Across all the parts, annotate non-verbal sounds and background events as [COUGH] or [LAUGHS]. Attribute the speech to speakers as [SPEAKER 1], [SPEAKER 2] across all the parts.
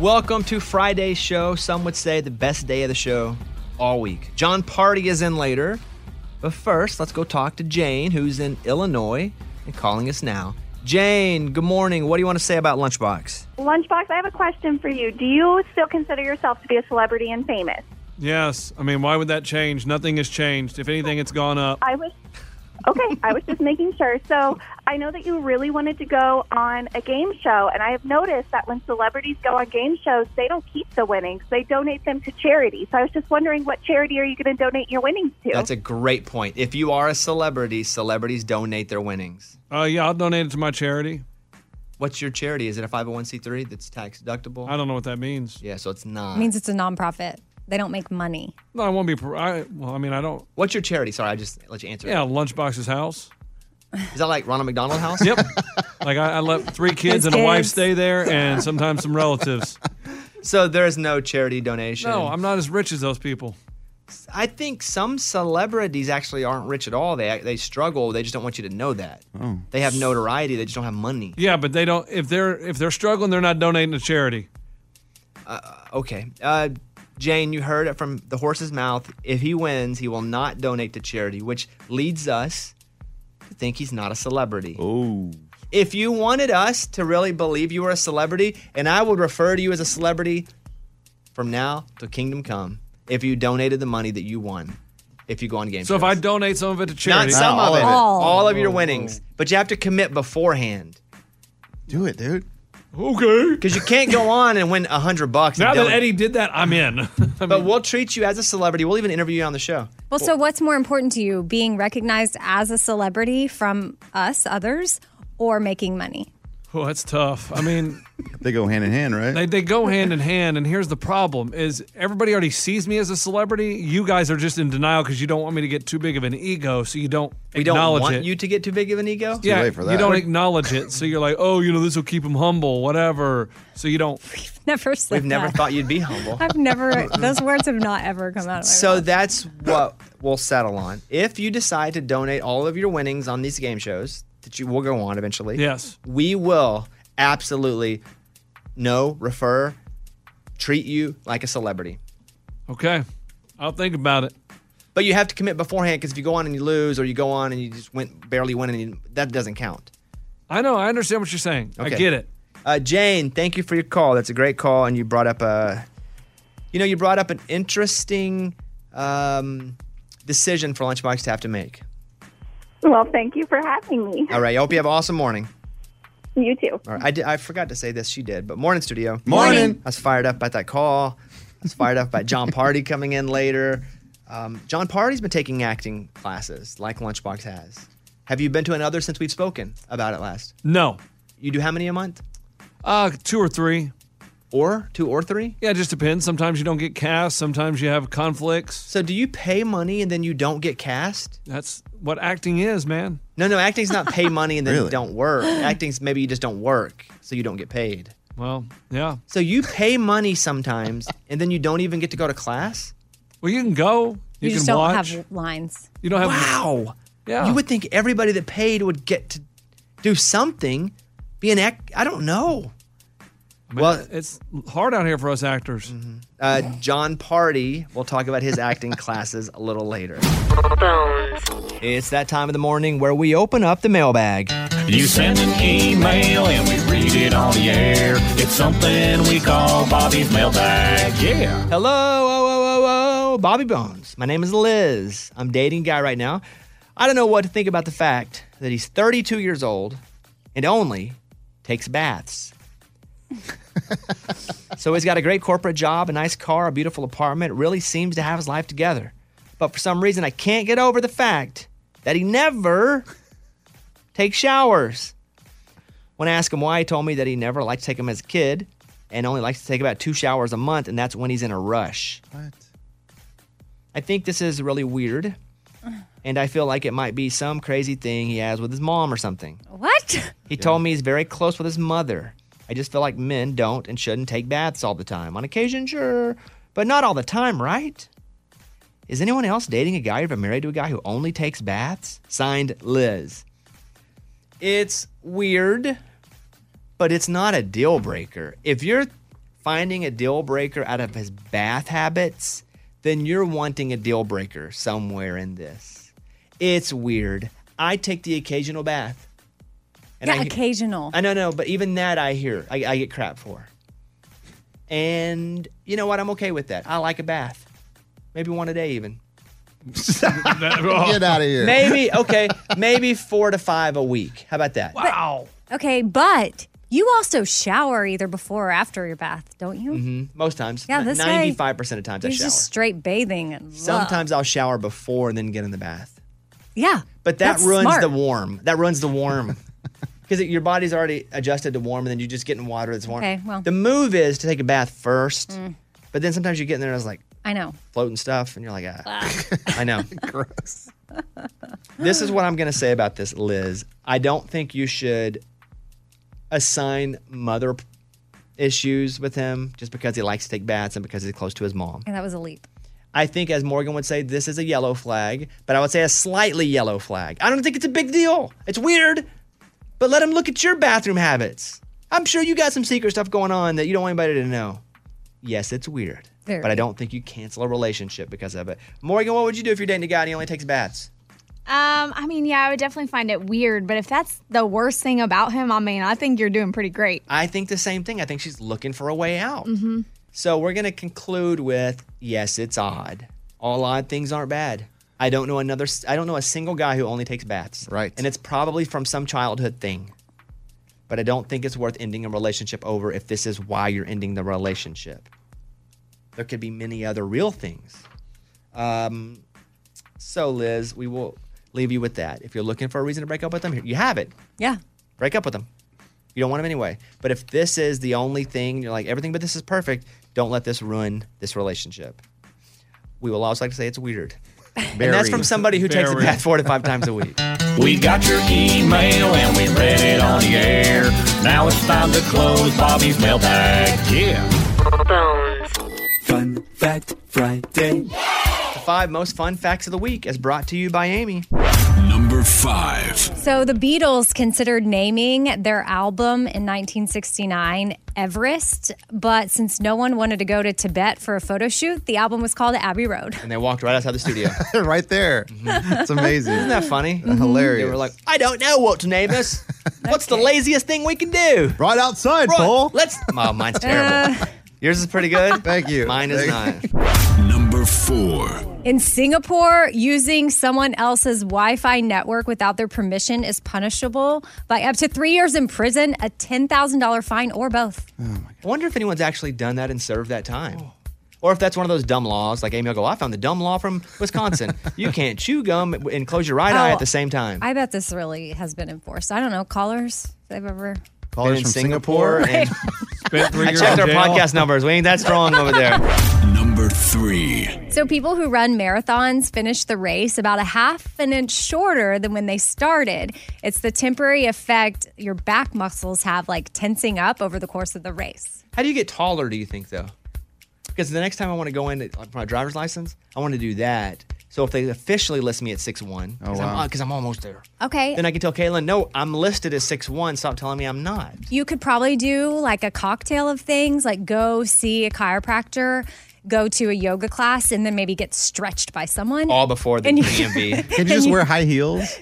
[SPEAKER 1] Welcome to Friday's show. Some would say the best day of the show all week. John Party is in later. But first, let's go talk to Jane, who's in Illinois and calling us now. Jane, good morning. What do you want to say about Lunchbox?
[SPEAKER 2] Lunchbox, I have a question for you. Do you still consider yourself to be a celebrity and famous?
[SPEAKER 3] Yes. I mean, why would that change? Nothing has changed. If anything, it's gone up.
[SPEAKER 2] I was okay. I was just making sure. So I know that you really wanted to go on a game show, and I have noticed that when celebrities go on game shows, they don't keep the winnings; they donate them to charity. So I was just wondering, what charity are you going to donate your winnings to?
[SPEAKER 1] That's a great point. If you are a celebrity, celebrities donate their winnings.
[SPEAKER 3] Uh, yeah, I'll donate it to my charity.
[SPEAKER 1] What's your charity? Is it a 501c3 that's tax deductible?
[SPEAKER 3] I don't know what that means.
[SPEAKER 1] Yeah, so it's not.
[SPEAKER 4] It means it's a nonprofit. They don't make money.
[SPEAKER 3] No, I won't be. pr- I, well, I mean, I don't.
[SPEAKER 1] What's your charity? Sorry, I just let you answer.
[SPEAKER 3] Yeah, Lunchbox's house.
[SPEAKER 1] Is that like Ronald McDonald House?
[SPEAKER 3] [LAUGHS] Yep. like I, I let three kids
[SPEAKER 4] His
[SPEAKER 3] and a wife
[SPEAKER 4] kids.
[SPEAKER 3] stay there, and sometimes some relatives.
[SPEAKER 1] So there is no charity donation.
[SPEAKER 3] No, I'm not as rich as those people.
[SPEAKER 1] I think some celebrities actually aren't rich at all. They they struggle. They just don't want you to know that. They have notoriety. They just don't have money.
[SPEAKER 3] Yeah, but they don't. If they're if they're struggling, they're not donating to charity.
[SPEAKER 1] Okay. Uh, Jane, you heard it from the horse's mouth. If he wins, he will not donate to charity, which leads us to think he's not a celebrity.
[SPEAKER 5] Oh.
[SPEAKER 1] If you wanted us to really believe you were a celebrity, and I would refer to you as a celebrity from now to kingdom come, if you donated the money that you won, if you go on game
[SPEAKER 3] So if
[SPEAKER 1] shows.
[SPEAKER 3] I donate some of it Oh. to
[SPEAKER 1] Not
[SPEAKER 3] charity,
[SPEAKER 1] some
[SPEAKER 5] Not
[SPEAKER 1] of it.
[SPEAKER 4] all of it.
[SPEAKER 1] All of your winnings. But you have to commit beforehand.
[SPEAKER 5] Do it, dude.
[SPEAKER 3] okay.
[SPEAKER 1] Because you can't go on and win a hundred bucks. and
[SPEAKER 3] Now that
[SPEAKER 1] don't-
[SPEAKER 3] Eddie did that, I'm in. [LAUGHS] I
[SPEAKER 1] But
[SPEAKER 3] mean,
[SPEAKER 1] we'll treat you as a celebrity. We'll even interview you on the show.
[SPEAKER 4] Well, so what's more important to you, being recognized as a celebrity from us, others, or making money? [LAUGHS]
[SPEAKER 3] oh, that's tough. I mean,
[SPEAKER 5] They go hand in hand, right?
[SPEAKER 3] they, they go hand in hand, and here's the problem: is everybody already sees me as a celebrity. You guys are just in denial because you don't want me to get too big of an ego, so you don't
[SPEAKER 1] We don't
[SPEAKER 3] acknowledge
[SPEAKER 1] want
[SPEAKER 3] it.
[SPEAKER 1] you to get too big of an ego.
[SPEAKER 3] yeah,
[SPEAKER 5] late for
[SPEAKER 3] you
[SPEAKER 5] that.
[SPEAKER 3] don't acknowledge it, so you're like, oh, you know, this will keep him humble, whatever. So you don't.
[SPEAKER 4] Never said
[SPEAKER 1] We've never
[SPEAKER 4] that.
[SPEAKER 1] thought you'd be humble.
[SPEAKER 4] I've never. Those words have not ever come out of my
[SPEAKER 1] [LAUGHS] So
[SPEAKER 4] mouth.
[SPEAKER 1] that's what we'll settle on. If you decide to donate all of your winnings on these game shows that you will go on eventually,
[SPEAKER 3] Yes.
[SPEAKER 1] we will absolutely no refer, treat you like a celebrity.
[SPEAKER 3] Okay, I'll think about it.
[SPEAKER 1] But you have to commit beforehand because if you go on and you lose, or you go on and you just went barely win, and you, that doesn't count.
[SPEAKER 3] I know. I understand what you're saying.
[SPEAKER 1] Okay.
[SPEAKER 3] I get it.
[SPEAKER 1] Uh, Jane, thank you for your call. That's a great call, and you brought up a, you know, you brought up an interesting um, decision for Lunchbox to have to make.
[SPEAKER 2] well, thank you for having me.
[SPEAKER 1] All right, I hope you have an awesome morning.
[SPEAKER 2] You too.
[SPEAKER 1] All right, I, did, I forgot to say this. She did, but morning studio.
[SPEAKER 5] Morning.
[SPEAKER 1] I was fired up by that call. I was fired up by John Party coming in later. Um, John Party's been taking acting classes like Lunchbox has. Have you been to another since we've spoken about it last?
[SPEAKER 3] No,
[SPEAKER 1] You do how many a month?
[SPEAKER 3] uh, two or three.
[SPEAKER 1] Or two or three?
[SPEAKER 3] Yeah, it just depends. Sometimes you don't get cast. Sometimes you have conflicts.
[SPEAKER 1] So do you pay money and then you don't get cast?
[SPEAKER 3] That's what acting is, man.
[SPEAKER 1] No, no, acting's not pay money and then
[SPEAKER 5] Really?
[SPEAKER 1] don't work. Acting's maybe you just don't work, so you don't get paid.
[SPEAKER 3] Well, yeah.
[SPEAKER 1] So you pay money sometimes and then you don't even get to go to class?
[SPEAKER 3] Well, you can go. You,
[SPEAKER 4] you just
[SPEAKER 3] can
[SPEAKER 4] don't
[SPEAKER 3] watch.
[SPEAKER 4] have lines.
[SPEAKER 3] you don't have.
[SPEAKER 1] Wow.
[SPEAKER 3] Yeah.
[SPEAKER 1] You would think everybody that paid would get to do something, be an act. I don't know.
[SPEAKER 3] I mean,
[SPEAKER 1] well-
[SPEAKER 3] it's hard out here for us actors.
[SPEAKER 1] Uh, John Party, we'll talk about his acting classes a little later. It's that time of the morning where we open up the mailbag.
[SPEAKER 6] You send an email and we read it on the air. It's something we call Bobby's mailbag. Yeah.
[SPEAKER 1] Hello, oh, oh, oh, oh, Bobby Bones. My name is Liz. I'm dating a guy right now. I don't know what to think about the fact that he's 32 years old and only takes baths. so he's got a great corporate job, a nice car, a beautiful apartment, really seems to have his life together. But for some reason, I can't get over the fact that he never [LAUGHS] takes showers. When I asked him why, he told me that he never liked to take them as a kid and only likes to take about two showers a month, and that's when he's in a rush.
[SPEAKER 5] What?
[SPEAKER 1] I think this is really weird, and I feel like it might be some crazy thing he has with his mom or something.
[SPEAKER 4] What?
[SPEAKER 1] He told me he's very close with his mother. I just feel like men don't and shouldn't take baths all the time. On occasion, sure, but not all the time, right? Is anyone else dating a guy or married to a guy who only takes baths? Signed, Liz. It's weird, but it's not a deal breaker. If you're finding a deal breaker out of his bath habits, then you're wanting a deal breaker somewhere in this. It's weird. I take the occasional bath.
[SPEAKER 4] yeah,
[SPEAKER 1] I-
[SPEAKER 4] occasional.
[SPEAKER 1] I know, no, but even that I hear, I, I get crap for. And you know what? I'm okay with that. I like a bath. Maybe one a day, even.
[SPEAKER 5] Get out of here.
[SPEAKER 1] Maybe,
[SPEAKER 4] [LAUGHS]
[SPEAKER 1] okay, maybe four to five a week. How about that?
[SPEAKER 3] Wow.
[SPEAKER 4] okay, but you also shower either before or after your bath, don't you?
[SPEAKER 1] Most times.
[SPEAKER 4] Yeah, this guy-
[SPEAKER 1] 95% of times Mm-hmm. I
[SPEAKER 4] You're
[SPEAKER 1] shower.
[SPEAKER 4] just straight bathing. And love.
[SPEAKER 1] Sometimes I'll shower before and then get in the bath.
[SPEAKER 4] yeah.
[SPEAKER 1] But that
[SPEAKER 4] that's
[SPEAKER 1] ruins
[SPEAKER 4] smart.
[SPEAKER 1] the warm. That ruins the
[SPEAKER 4] [LAUGHS]
[SPEAKER 1] warm. Because your body's already adjusted to warm, and then you just get in water that's warm.
[SPEAKER 4] Okay, well. Mm.
[SPEAKER 1] The move is to take a bath first, but then sometimes you get in there and it's like
[SPEAKER 4] I know.
[SPEAKER 1] floating stuff, and you're like, ah. [LAUGHS] I know. Gross. This is what I'm going to say about this, Liz. I don't think you should assign mother p- issues with him just because he likes to take baths and because he's close to his mom.
[SPEAKER 4] And that was a leap.
[SPEAKER 1] I think, as Morgan would say, this is a yellow flag, but I would say a slightly yellow flag. I don't think it's a big deal. It's weird, but let him look at your bathroom habits. I'm sure you got some secret stuff going on that you don't want anybody to know. Yes, it's weird,
[SPEAKER 4] Very.
[SPEAKER 1] but I don't think you cancel a relationship because of it. Morgan, what would you do if you're dating a guy and he only takes baths?
[SPEAKER 7] Um, I mean, yeah, I would definitely find it weird, but if that's the worst thing about him, I mean, I think you're doing pretty great.
[SPEAKER 1] I think the same thing. I think she's looking for a way out. So we're going to conclude with yes, it's odd. All odd things aren't bad. I don't know another. I don't know a single guy who only takes baths.
[SPEAKER 5] Right.
[SPEAKER 1] And it's probably from some childhood thing. But I don't think it's worth ending a relationship over if this is why you're ending the relationship. There could be many other real things. Um, so Liz, we will leave you with that. If you're looking for a reason to break up with them, here- you have it
[SPEAKER 4] Yeah.
[SPEAKER 1] break up with them. You don't want them anyway. But if this is the only thing, you're like, everything but this is perfect, don't let this ruin this relationship. We will also like to say it's weird. And that's from somebody who takes a
[SPEAKER 3] Very.
[SPEAKER 1] bath four to five times a week.
[SPEAKER 6] We got your email and we read it on the air. Now it's time to close Bobby's mailbag. Yeah.
[SPEAKER 8] Fun Fact Friday.
[SPEAKER 1] the five most fun facts of the week is brought to you by Amy.
[SPEAKER 8] Number five.
[SPEAKER 4] So the Beatles considered naming their album in 1969 Everest, but since no one wanted to go to Tibet for a photo shoot, the album was called Abbey Road.
[SPEAKER 1] And they walked right outside the studio. Isn't
[SPEAKER 5] [LAUGHS] right there. It's amazing. Isn't
[SPEAKER 1] that funny?
[SPEAKER 6] Mm-hmm.
[SPEAKER 5] hilarious?
[SPEAKER 1] They were like, I don't know what to name [LAUGHS] us. What's the laziest thing we can do?
[SPEAKER 5] right outside,
[SPEAKER 1] Run.
[SPEAKER 5] Paul.
[SPEAKER 1] Let's. [LAUGHS] Oh, mine's terrible.
[SPEAKER 4] Uh,
[SPEAKER 1] Yours is pretty good. [LAUGHS]
[SPEAKER 5] Thank you.
[SPEAKER 1] Mine is
[SPEAKER 5] Thank-
[SPEAKER 1] not.
[SPEAKER 8] Number four.
[SPEAKER 4] In Singapore, using someone else's Wi Fi network without their permission is punishable by up to three years in prison, a $10,000 fine, or both.
[SPEAKER 1] I wonder if anyone's actually done that and served that time. Or if that's one of those dumb laws, like Amy will go, I found the dumb law from Wisconsin. [LAUGHS] you can't chew gum and close your right eye
[SPEAKER 4] Oh,
[SPEAKER 1] at the same time.
[SPEAKER 4] I bet this really has been enforced. I don't know, callers, if they've ever.
[SPEAKER 5] Callers from Singapore.
[SPEAKER 1] and [LAUGHS]
[SPEAKER 3] Spent three
[SPEAKER 1] I
[SPEAKER 3] years
[SPEAKER 1] checked
[SPEAKER 3] in
[SPEAKER 1] our
[SPEAKER 3] jail.
[SPEAKER 1] podcast numbers. We ain't that strong over [LAUGHS] there.
[SPEAKER 8] Number three.
[SPEAKER 4] So, people who run marathons finish the race about a half an inch shorter than when they started. It's the temporary effect your back muscles have, like tensing up over the course of the race.
[SPEAKER 1] How do you get taller, do you think, though? Because the next time I want to go in for my driver's license, I want to do that. So if they officially list me at 6'1, because
[SPEAKER 5] Oh, wow.
[SPEAKER 1] I'm, uh, 'cause I'm almost there,
[SPEAKER 4] Okay.
[SPEAKER 1] then I can tell Kaylin, no, I'm listed as 6'1. Stop telling me I'm not.
[SPEAKER 4] you could probably do like a cocktail of things, like go see a chiropractor, go to a yoga class, and then maybe get stretched by someone.
[SPEAKER 1] All before the
[SPEAKER 4] And you- [LAUGHS]
[SPEAKER 1] DMV.
[SPEAKER 5] Can you just wear high heels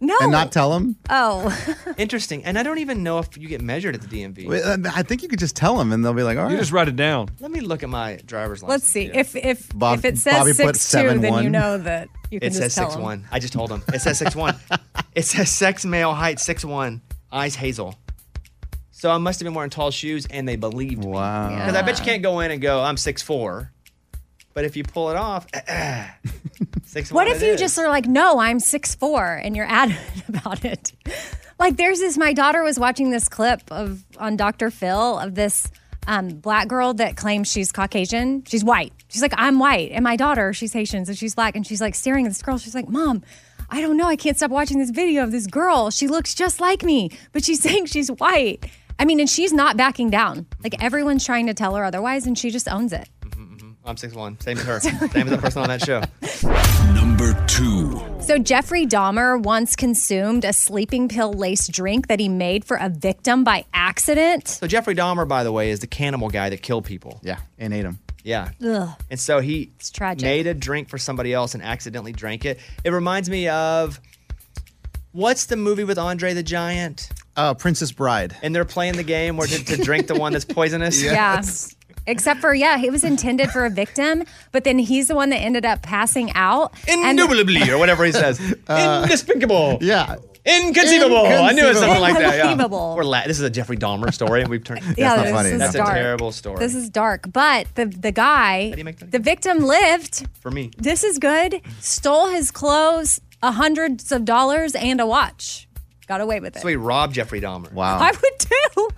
[SPEAKER 4] no.
[SPEAKER 5] and not tell them?
[SPEAKER 4] oh, [LAUGHS]
[SPEAKER 1] Interesting. And I don't even know if you get measured at the DMV.
[SPEAKER 5] uh, I think you could just tell them, and they'll be like, all right.
[SPEAKER 3] You just write it down.
[SPEAKER 1] Let me look at my driver's license.
[SPEAKER 4] let's see.
[SPEAKER 1] here.
[SPEAKER 4] If if
[SPEAKER 5] Bob-
[SPEAKER 4] if it says
[SPEAKER 5] Bobby put
[SPEAKER 4] six two, then
[SPEAKER 5] 7'1".
[SPEAKER 4] you know that you can
[SPEAKER 1] it
[SPEAKER 4] just
[SPEAKER 1] says
[SPEAKER 4] tell
[SPEAKER 1] six one. I just told him. It says six
[SPEAKER 4] [LAUGHS]
[SPEAKER 1] one. It says sex male height six one. Eyes hazel. So I must have been wearing tall shoes and they believed me.
[SPEAKER 5] wow.
[SPEAKER 1] Because I bet
[SPEAKER 4] Ah.
[SPEAKER 1] you can't go in and go, I'm six four. But if you pull it off, [CLEARS THROAT] six
[SPEAKER 4] What
[SPEAKER 1] one
[SPEAKER 4] if
[SPEAKER 1] it
[SPEAKER 4] you
[SPEAKER 1] is.
[SPEAKER 4] just are like, no, I'm six four, and you're [LAUGHS] adamant about it? Like, there's this. My daughter was watching this clip of on Dr. Phil of this um, black girl that claims she's Caucasian. She's white. She's like, I'm white, and my daughter, she's Haitian, so she's black, and she's like staring at this girl. She's like, Mom, I don't know. I can't stop watching this video of this girl. She looks just like me, but she's [LAUGHS] saying she's white. I mean, and she's not backing down. Like everyone's trying to tell her otherwise, and she just owns it. [LAUGHS]
[SPEAKER 1] I'm six one. Same as her. Same as the person on that show.
[SPEAKER 8] Number two.
[SPEAKER 4] So Jeffrey Dahmer once consumed a sleeping pill laced drink that he made for a victim by accident.
[SPEAKER 1] So Jeffrey Dahmer, by the way, is the cannibal guy that killed people.
[SPEAKER 5] Yeah, and ate them.
[SPEAKER 1] Yeah.
[SPEAKER 4] Ugh.
[SPEAKER 1] And so he
[SPEAKER 4] tragic.
[SPEAKER 1] made a drink for somebody else and accidentally drank it. It reminds me of what's the movie with Andre the Giant?
[SPEAKER 5] Uh, Princess Bride.
[SPEAKER 1] And they're playing the game where to, to drink the one that's poisonous.
[SPEAKER 4] [LAUGHS] Yeah. Except for yeah, he was intended for a victim, but then he's the one that ended up passing out. And-
[SPEAKER 1] Indubitably, or whatever he says. Indespicable.
[SPEAKER 5] Uh, Yeah.
[SPEAKER 1] Inconceivable. I knew it was something like that. Yeah.
[SPEAKER 4] Inconceivable.
[SPEAKER 1] We're la- this is a Jeffrey Dahmer story, and we've turned.
[SPEAKER 4] yeah,
[SPEAKER 5] not
[SPEAKER 4] this
[SPEAKER 5] funny.
[SPEAKER 4] is
[SPEAKER 1] That's
[SPEAKER 4] dark.
[SPEAKER 1] a terrible story
[SPEAKER 4] This is dark, but the the guy,
[SPEAKER 1] you make that
[SPEAKER 4] the victim lived.
[SPEAKER 1] for me.
[SPEAKER 4] This is good. Stole his clothes, a hundreds of dollars, and a watch. Got away with it.
[SPEAKER 1] So he robbed Jeffrey Dahmer.
[SPEAKER 5] Wow.
[SPEAKER 4] I would too.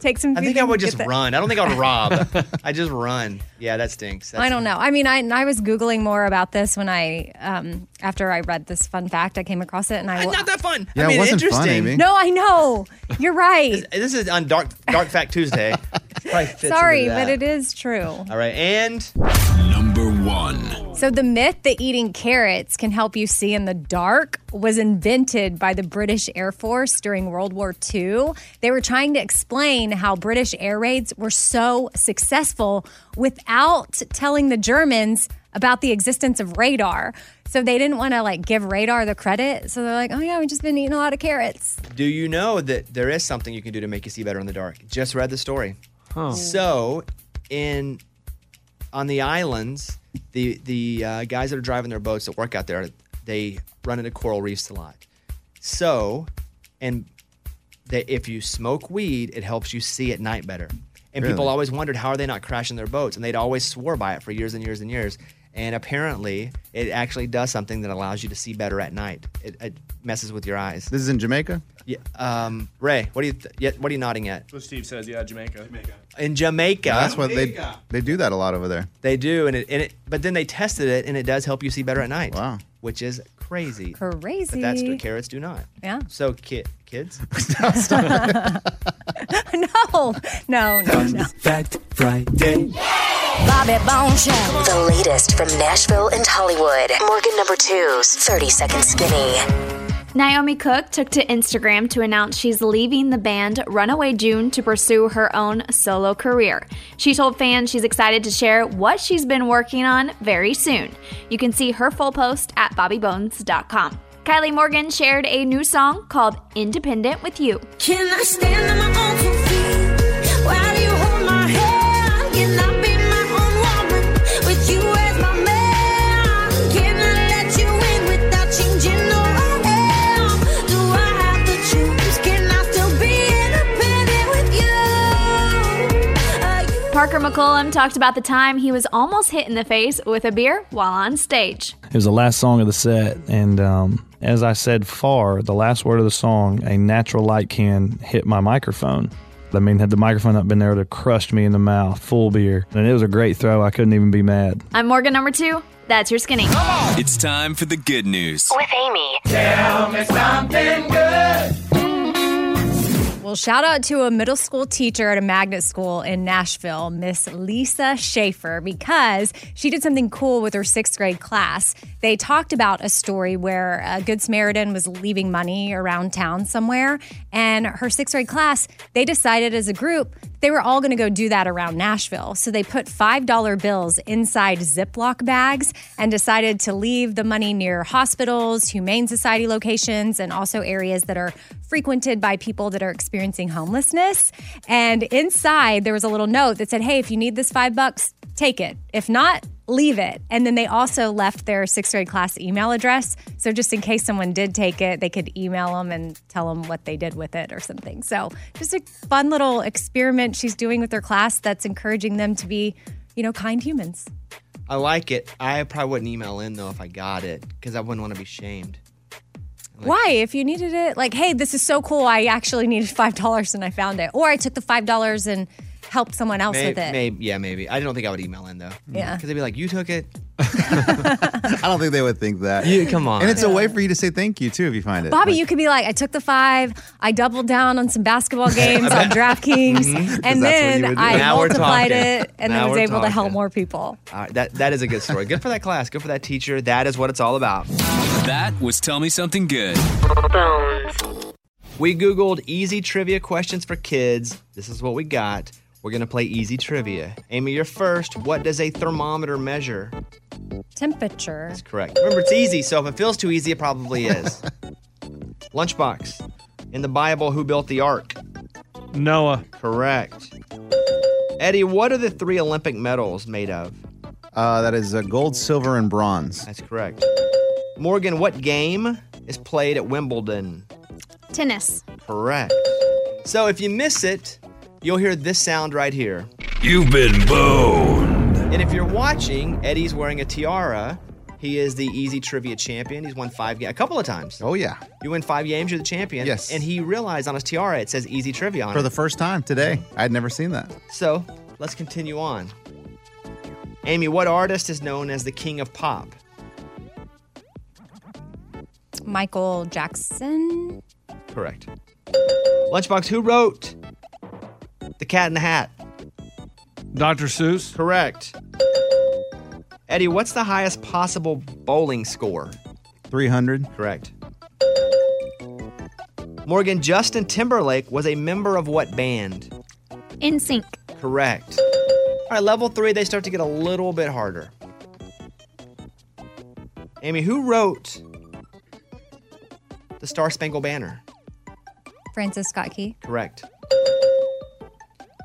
[SPEAKER 4] Take some.
[SPEAKER 1] I think I would just run. I don't think I would rob. [LAUGHS] I just run. Yeah, that stinks. That's
[SPEAKER 4] I don't know. I mean, I, I was googling more about this when I um, after I read this fun fact, I came across it, and I
[SPEAKER 1] It's Ah, not that fun.
[SPEAKER 5] Yeah,
[SPEAKER 1] I
[SPEAKER 5] it
[SPEAKER 1] mean,
[SPEAKER 5] wasn't fun,
[SPEAKER 1] interesting.
[SPEAKER 5] Amy.
[SPEAKER 4] no, I know
[SPEAKER 1] [LAUGHS]
[SPEAKER 4] you're right.
[SPEAKER 1] This is on Dark Dark Fact Tuesday. [LAUGHS] Probably fits
[SPEAKER 4] Sorry,
[SPEAKER 1] into that.
[SPEAKER 4] but it is true.
[SPEAKER 1] All right, and
[SPEAKER 8] Number one.
[SPEAKER 4] So the myth that eating carrots can help you see in the dark was invented by the British Air Force during World War II. They were trying to explain how British air raids were so successful without telling the Germans about the existence of radar. So they didn't want to like give radar the credit. So they're like, "Oh yeah, we've just been eating a lot of carrots." [LAUGHS]
[SPEAKER 1] do you know that there is something you can do to make you see better in the dark? Just read the story. So, in on the islands, the the uh, guys that are driving their boats that work out there, they run into coral reefs a lot. So, and that if you smoke weed, it helps you see at night better. And people
[SPEAKER 5] Really?
[SPEAKER 1] always wondered how are they not crashing their boats, and they'd always swore by it for years and years and years. And apparently, it actually does something that allows you to see better at night. It, it messes with your eyes.
[SPEAKER 5] This is in Jamaica.
[SPEAKER 1] Yeah, um, Ray, what are you th- yeah, what are you nodding at?
[SPEAKER 9] what Steve says. Yeah, Jamaica. Jamaica.
[SPEAKER 1] In Jamaica,
[SPEAKER 5] That's what they they do that a lot over there.
[SPEAKER 1] they do, and it, and it but then they tested it, and it does help you see better at night.
[SPEAKER 5] Wow.
[SPEAKER 1] which is crazy.
[SPEAKER 4] Crazy.
[SPEAKER 1] But that's what carrots do not.
[SPEAKER 4] Yeah.
[SPEAKER 1] So ki- kids,
[SPEAKER 4] no, no, no, no.
[SPEAKER 8] Fact Friday.
[SPEAKER 10] Bobby Bones Show.
[SPEAKER 11] The latest from Nashville and Hollywood. Morgan number two's 30 Second Skinny.
[SPEAKER 7] Naomi Cook took to Instagram to announce she's leaving the band Runaway June to pursue her own solo career. She told fans she's excited to share what she's been working on very soon. You can see her full post at bobbybones.com. Kylie Morgan shared a new song called Independent with You.
[SPEAKER 10] Can I stand on my own two feet? While you hold my hand, can I be my own woman with you as my man? Can I let you in without changing who I am? Do I have to choose? Can I still be independent with you? Are you- Uh,
[SPEAKER 7] Parker McCollum talked about the time he was almost hit in the face with a beer while on stage.
[SPEAKER 9] It was the last song of the set, and um, as I said, far the last word of the song, a natural light can hit my microphone. I mean, had the microphone not been there, it would have crushed me in the mouth, full beer. And it was a great throw. I couldn't even be mad.
[SPEAKER 7] I'm Morgan number two. That's your skinny.
[SPEAKER 8] It's time for the good news.
[SPEAKER 11] With Amy.
[SPEAKER 4] Well, shout out to a middle school teacher at a magnet school in Nashville, Miss Lisa Schaefer, because she did something cool with her sixth grade class. They talked about a story where a Good Samaritan was leaving money around town somewhere, and her sixth grade class, they decided as a group they were all going to go do that around Nashville. So they put $5 bills inside Ziploc bags and decided to leave the money near hospitals, humane society locations, and also areas that are frequented by people that are experiencing homelessness. And inside, there was a little note that said, Hey, if you need this five bucks, take it. If not, leave it. And then they also left their sixth grade class email address. So just in case someone did take it, they could email them and tell them what they did with it or something. So just a fun little experiment she's doing with her class that's encouraging them to be, you know, kind humans.
[SPEAKER 1] I like it. I probably wouldn't email in though if I got it because I wouldn't want to be shamed.
[SPEAKER 4] Why? If you needed it, like, hey, this is so cool. I actually needed [LAUGHS] $5 and I found it. Or I took the $5 and helped someone else
[SPEAKER 1] May-
[SPEAKER 4] with it.
[SPEAKER 1] may- yeah, maybe. I don't think I would email in though. Mm-hmm.
[SPEAKER 4] Yeah.
[SPEAKER 1] because they'd be like, "You took it."
[SPEAKER 5] I don't think they would think that.
[SPEAKER 1] You come on.
[SPEAKER 5] And it's a way for you to say thank you too if you find it.
[SPEAKER 4] Bobby,
[SPEAKER 5] Like,
[SPEAKER 4] you could be like, I took the five, I doubled down on
[SPEAKER 1] [LAUGHS]
[SPEAKER 4] some basketball games on DraftKings, and
[SPEAKER 1] Mm-hmm. that's what you would
[SPEAKER 4] then
[SPEAKER 1] do.
[SPEAKER 4] I
[SPEAKER 1] Now we're
[SPEAKER 4] multiplied
[SPEAKER 1] talking.
[SPEAKER 4] it and
[SPEAKER 1] Now
[SPEAKER 4] then was
[SPEAKER 1] we're
[SPEAKER 4] able to help
[SPEAKER 1] talking.
[SPEAKER 4] more people.
[SPEAKER 1] All right, Uh, that, that is a good story. Good for that class. Good for that teacher. That is what it's all about.
[SPEAKER 8] That was Tell Me Something Good.
[SPEAKER 1] We Googled easy trivia questions for kids. This is what we got. We're going to play easy trivia. Amy, you're first. What does a thermometer measure?
[SPEAKER 4] Temperature.
[SPEAKER 1] Correct. Remember, it's easy, so if it feels too easy, it probably is. Lunchbox. In the Bible, who built the ark?
[SPEAKER 3] Noah.
[SPEAKER 1] Correct. Eddie, what are the three Olympic medals made of?
[SPEAKER 5] Uh, that is uh, gold, silver, and bronze.
[SPEAKER 1] That's correct. Morgan, what game is played at Wimbledon?
[SPEAKER 7] Tennis.
[SPEAKER 1] Correct. So if you miss it, you'll hear this sound right here.
[SPEAKER 6] You've been boned.
[SPEAKER 1] And if you're watching, Eddie's wearing a tiara. He is the easy trivia champion. He's won five games, a couple of times.
[SPEAKER 5] Oh, yeah.
[SPEAKER 1] You win five games, you're the champion.
[SPEAKER 5] Yes.
[SPEAKER 1] And he realized on his tiara it says easy trivia on
[SPEAKER 5] For
[SPEAKER 1] it.
[SPEAKER 5] the first time today. I'd never seen that.
[SPEAKER 1] so let's continue on. Amy, what artist is known as the king of pop?
[SPEAKER 4] Michael Jackson.
[SPEAKER 1] Correct. Lunchbox, who wrote The Cat in the Hat?
[SPEAKER 3] Dr. Seuss.
[SPEAKER 1] Correct. Eddie, what's the highest possible bowling score?
[SPEAKER 5] 300.
[SPEAKER 1] Correct. Morgan, Justin Timberlake was a member of what band?
[SPEAKER 7] In sync.
[SPEAKER 1] Correct. All right, level three, they start to get a little bit harder. Amy, who wrote The Star Spangled Banner?
[SPEAKER 4] Francis Scott Key.
[SPEAKER 1] Correct.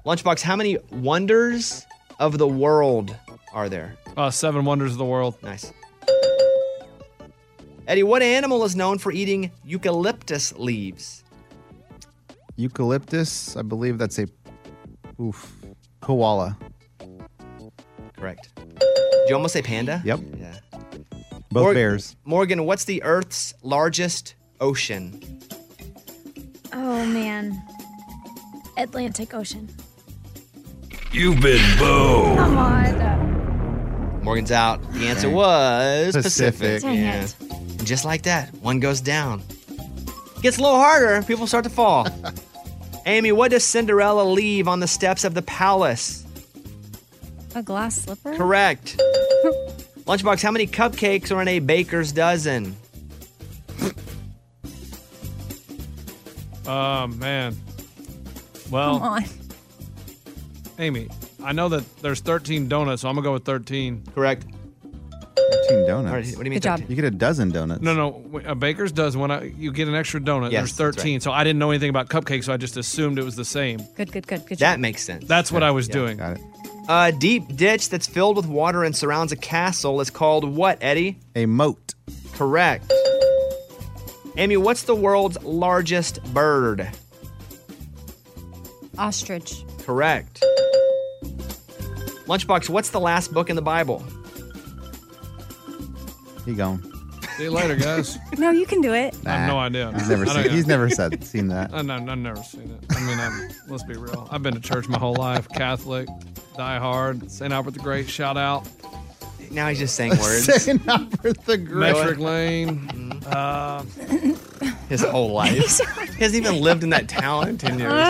[SPEAKER 1] Lunchbox, how many wonders of the world are there?
[SPEAKER 3] Uh, Seven Wonders of the World.
[SPEAKER 1] Nice. Eddie, what animal is known for eating eucalyptus leaves?
[SPEAKER 5] Eucalyptus. I believe that's a oof. Koala.
[SPEAKER 1] Correct. Did you almost say panda?
[SPEAKER 5] Yep.
[SPEAKER 1] Yeah.
[SPEAKER 5] Both
[SPEAKER 1] Or-
[SPEAKER 5] bears.
[SPEAKER 1] Morgan, what's the Earth's largest ocean?
[SPEAKER 12] Oh man. Atlantic Ocean.
[SPEAKER 6] You've been boned.
[SPEAKER 12] Come on.
[SPEAKER 1] Morgan's out. The answer
[SPEAKER 6] Dang.
[SPEAKER 1] was
[SPEAKER 6] Pacific.
[SPEAKER 1] Pacific.
[SPEAKER 6] Dang
[SPEAKER 1] yeah.
[SPEAKER 6] it.
[SPEAKER 1] And just like that, one goes down. Gets a little harder, and people start to fall. Amy, what does Cinderella leave on the steps of the palace?
[SPEAKER 4] A glass
[SPEAKER 6] [LAUGHS]
[SPEAKER 4] slipper.
[SPEAKER 1] Correct. Lunchbox, how many cupcakes are in a baker's dozen?
[SPEAKER 3] Oh, man. Well,
[SPEAKER 4] Come on.
[SPEAKER 3] Amy, I know that there's 13 donuts, so I'm going to go with 13.
[SPEAKER 1] Correct.
[SPEAKER 5] 13 donuts.
[SPEAKER 3] Alright, what do you mean Good job. 13?
[SPEAKER 5] You get a dozen donuts.
[SPEAKER 3] No, no. A baker's does when I, you get an extra donut.
[SPEAKER 5] Yes,
[SPEAKER 3] there's
[SPEAKER 5] that's
[SPEAKER 3] 13. So I didn't know anything about cupcakes, so I just assumed it was the same.
[SPEAKER 4] Good, good, good, good.
[SPEAKER 1] That makes sense.
[SPEAKER 3] That's what I was doing.
[SPEAKER 5] Got it.
[SPEAKER 1] A deep ditch that's filled with water and surrounds a castle is called what, Eddie?
[SPEAKER 5] A moat.
[SPEAKER 1] Correct. Amy, what's the world's largest bird?
[SPEAKER 4] Ostrich.
[SPEAKER 1] Correct. Lunchbox, what's the last book in the Bible?
[SPEAKER 5] He gone.
[SPEAKER 3] See you
[SPEAKER 1] [LAUGHS]
[SPEAKER 3] later, guys.
[SPEAKER 4] No, you can do it.
[SPEAKER 3] I have no idea.
[SPEAKER 5] He's
[SPEAKER 3] [LAUGHS]
[SPEAKER 5] never
[SPEAKER 3] I don't
[SPEAKER 5] seen,
[SPEAKER 3] know.
[SPEAKER 5] he's never said,
[SPEAKER 3] [LAUGHS]
[SPEAKER 5] seen that.
[SPEAKER 3] I know, I've never seen it. I mean, I'm, let's be real. I've been to church my whole life. Catholic, die hard, St. Albert the Great, shout out.
[SPEAKER 1] Now he's just
[SPEAKER 3] [LAUGHS]
[SPEAKER 1] saying
[SPEAKER 5] [LAUGHS]
[SPEAKER 1] words.
[SPEAKER 5] St. Albert the Great.
[SPEAKER 3] Metric Lane. Uh,
[SPEAKER 1] His whole life. he hasn't even lived in that town in 10 years.
[SPEAKER 3] [LAUGHS]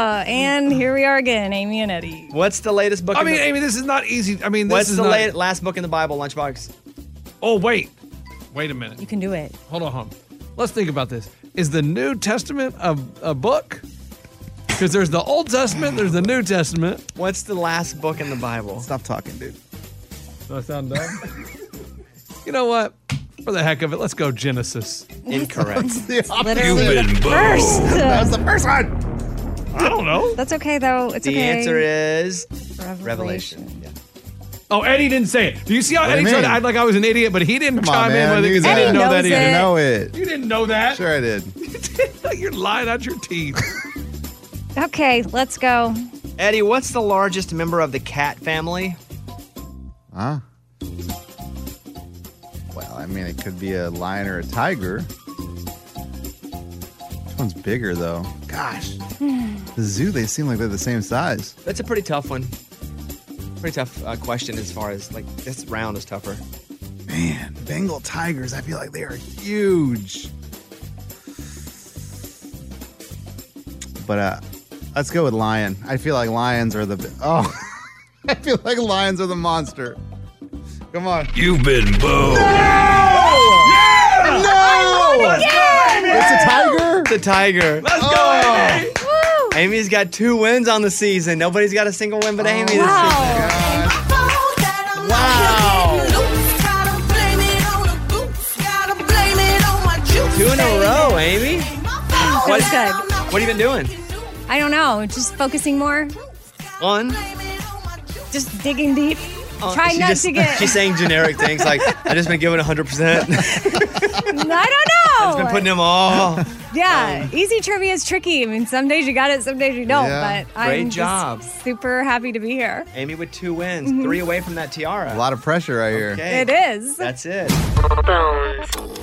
[SPEAKER 4] Ah, and here we are again, Amy and Eddie.
[SPEAKER 1] What's the latest book
[SPEAKER 3] I
[SPEAKER 1] in
[SPEAKER 3] mean,
[SPEAKER 1] the-
[SPEAKER 3] Amy, this is not easy. I mean, this
[SPEAKER 1] What's
[SPEAKER 3] is
[SPEAKER 1] the
[SPEAKER 3] not-
[SPEAKER 1] late, last book in the Bible, Lunchbox?
[SPEAKER 3] Oh, wait. Wait a minute.
[SPEAKER 4] You can do it.
[SPEAKER 3] Hold on, hold on. Let's think about this. Is the New Testament a, a book? Because there's the Old Testament, there's the New Testament.
[SPEAKER 1] What's the last book in the
[SPEAKER 5] [LAUGHS]
[SPEAKER 1] Bible?
[SPEAKER 5] Stop talking, dude.
[SPEAKER 3] Do I sound dumb? [LAUGHS] you know what? For the heck of it, let's go Genesis.
[SPEAKER 1] Incorrect.
[SPEAKER 4] Literally the
[SPEAKER 1] [LAUGHS]
[SPEAKER 4] first.
[SPEAKER 5] [LAUGHS] That was the first one.
[SPEAKER 3] I don't know.
[SPEAKER 4] That's okay though. It's
[SPEAKER 1] the
[SPEAKER 4] okay.
[SPEAKER 1] answer is
[SPEAKER 4] Revelation.
[SPEAKER 1] Revelation. Yeah.
[SPEAKER 3] Oh, Eddie didn't say it. Do you see how
[SPEAKER 5] What do you
[SPEAKER 3] Eddie tried to
[SPEAKER 5] mean?
[SPEAKER 3] act like I was an idiot, but he didn't
[SPEAKER 5] Come on,
[SPEAKER 3] chime
[SPEAKER 5] man.
[SPEAKER 3] in with it
[SPEAKER 5] You
[SPEAKER 3] because he
[SPEAKER 5] know
[SPEAKER 3] didn't
[SPEAKER 5] that.
[SPEAKER 3] know that
[SPEAKER 4] Eddie
[SPEAKER 5] You
[SPEAKER 4] knows
[SPEAKER 3] either.
[SPEAKER 5] know
[SPEAKER 3] [LAUGHS]
[SPEAKER 5] it.
[SPEAKER 3] You didn't know that. [LAUGHS]
[SPEAKER 5] Sure I did.
[SPEAKER 3] You're lying out your teeth.
[SPEAKER 4] Okay, let's go.
[SPEAKER 1] Eddie, what's the largest member of the cat family?
[SPEAKER 5] Huh? Well, I mean, it could be a lion or a tiger. Which one's bigger, though? Gosh. the zoo, they seem like they're the same size.
[SPEAKER 1] That's a pretty tough one. Pretty tough uh, question as far as like this round is tougher.
[SPEAKER 5] Man. Bengal tigers, I feel like they are huge. But uh, let's go with lion. I feel like lions are the. Oh, [LAUGHS] I feel like lions are the monster. Come on.
[SPEAKER 6] You've been booed.
[SPEAKER 5] No! It's a tiger.
[SPEAKER 1] It's a tiger. Let's go, Amy. Amy's got two wins on the season. Nobody's got a single win but Amy this season. Two in a row, Amy. What,
[SPEAKER 4] That's good.
[SPEAKER 1] what have you been doing?
[SPEAKER 4] I don't know. Just focusing more.
[SPEAKER 1] On?
[SPEAKER 4] Just digging deep. Trying
[SPEAKER 1] Oh, [LAUGHS] She
[SPEAKER 4] not
[SPEAKER 1] just-
[SPEAKER 4] to get.
[SPEAKER 1] She's saying generic things like, i just been giving [LAUGHS] 100%.
[SPEAKER 4] [LAUGHS] I don't know.
[SPEAKER 1] I've been putting them all.
[SPEAKER 4] yeah, easy trivia is tricky. I mean, some days you got it, some days you don't.
[SPEAKER 1] Yeah.
[SPEAKER 4] But
[SPEAKER 1] Great
[SPEAKER 4] I'm just
[SPEAKER 1] job.
[SPEAKER 4] super happy to be here.
[SPEAKER 1] Amy with two wins,
[SPEAKER 4] Mhm.
[SPEAKER 1] three away from that tiara.
[SPEAKER 5] A lot of pressure right here.
[SPEAKER 1] Okay.
[SPEAKER 4] It is.
[SPEAKER 1] That's it.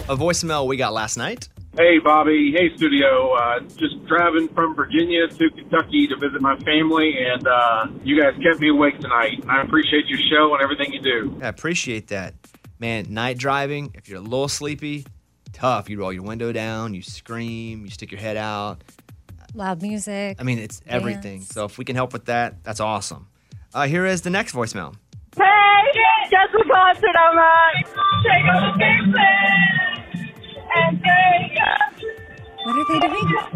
[SPEAKER 1] A voicemail we got last night.
[SPEAKER 13] Hey, Bobby. Hey, studio. Uh, just driving from Virginia to Kentucky to visit my family, and uh, you guys kept me awake tonight. I appreciate your show and everything you do.
[SPEAKER 1] I appreciate that. Man, night driving, if you're a little sleepy, tough. You roll your window down, you scream, you stick your head out.
[SPEAKER 4] Loud music.
[SPEAKER 1] I mean, it's everything. So if we can help with that, that's awesome. Uh, here is the next voicemail.
[SPEAKER 10] Hey, guess what concert I'm at? Take a look at this and take a-
[SPEAKER 4] What are they doing?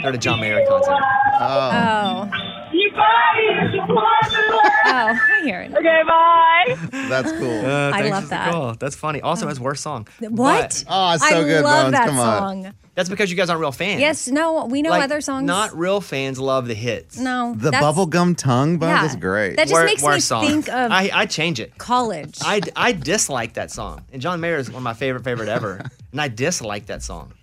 [SPEAKER 1] They're at a John Mayer concert.
[SPEAKER 4] Oh.
[SPEAKER 10] You guys, you
[SPEAKER 4] Oh, I hear it.
[SPEAKER 10] Okay, bye.
[SPEAKER 4] Oh.
[SPEAKER 5] That's cool.
[SPEAKER 1] Uh,
[SPEAKER 4] I
[SPEAKER 1] thanks
[SPEAKER 4] love
[SPEAKER 1] for the
[SPEAKER 4] that. Oh.
[SPEAKER 1] call. That's funny. Also, his worst song.
[SPEAKER 4] What?
[SPEAKER 1] Oh,
[SPEAKER 4] it's so I good, love Bones. that Come on. song.
[SPEAKER 1] That's because you guys aren't real fans.
[SPEAKER 4] Yes, no, we know
[SPEAKER 1] Like,
[SPEAKER 4] other songs.
[SPEAKER 1] Not real fans love the hits.
[SPEAKER 4] no.
[SPEAKER 5] The
[SPEAKER 4] that's
[SPEAKER 5] bubblegum tongue bone
[SPEAKER 4] Yeah.
[SPEAKER 5] is great.
[SPEAKER 4] That just Wor- makes me worst song. think
[SPEAKER 1] [LAUGHS]
[SPEAKER 4] of-
[SPEAKER 1] I, I change it.
[SPEAKER 4] college.
[SPEAKER 1] I, I dislike that song. And John Mayer is one of my favorite, favorite ever. and I dislike that song.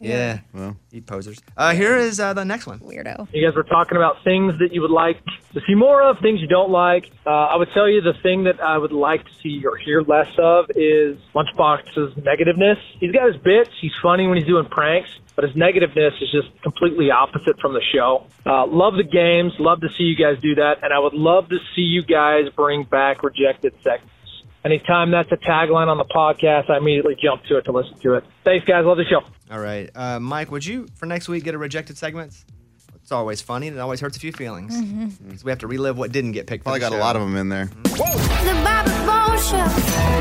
[SPEAKER 1] Yeah. Well, you posers. Uh, here is uh, the next one.
[SPEAKER 4] Weirdo.
[SPEAKER 14] You guys were talking about things that you would like to see more of, things you don't like. Uh, I would tell you the thing that I would like to see or hear less of is Lunchbox's negativeness. He's got his bits. He's funny when he's doing pranks, but his negativeness is just completely opposite from the show. Uh, love the games. Love to see you guys do that, and I would love to see you guys bring back rejected sex. Anytime that's a tagline on the podcast, I immediately jump to it to listen to it. Thanks, guys. Love the show.
[SPEAKER 1] All right. Uh, Mike, would you, for next week, get a rejected segments? It's always funny and it always hurts a few feelings. So we have to relive what didn't get picked.
[SPEAKER 5] Probably got a lot of them in there.
[SPEAKER 1] Mm-hmm.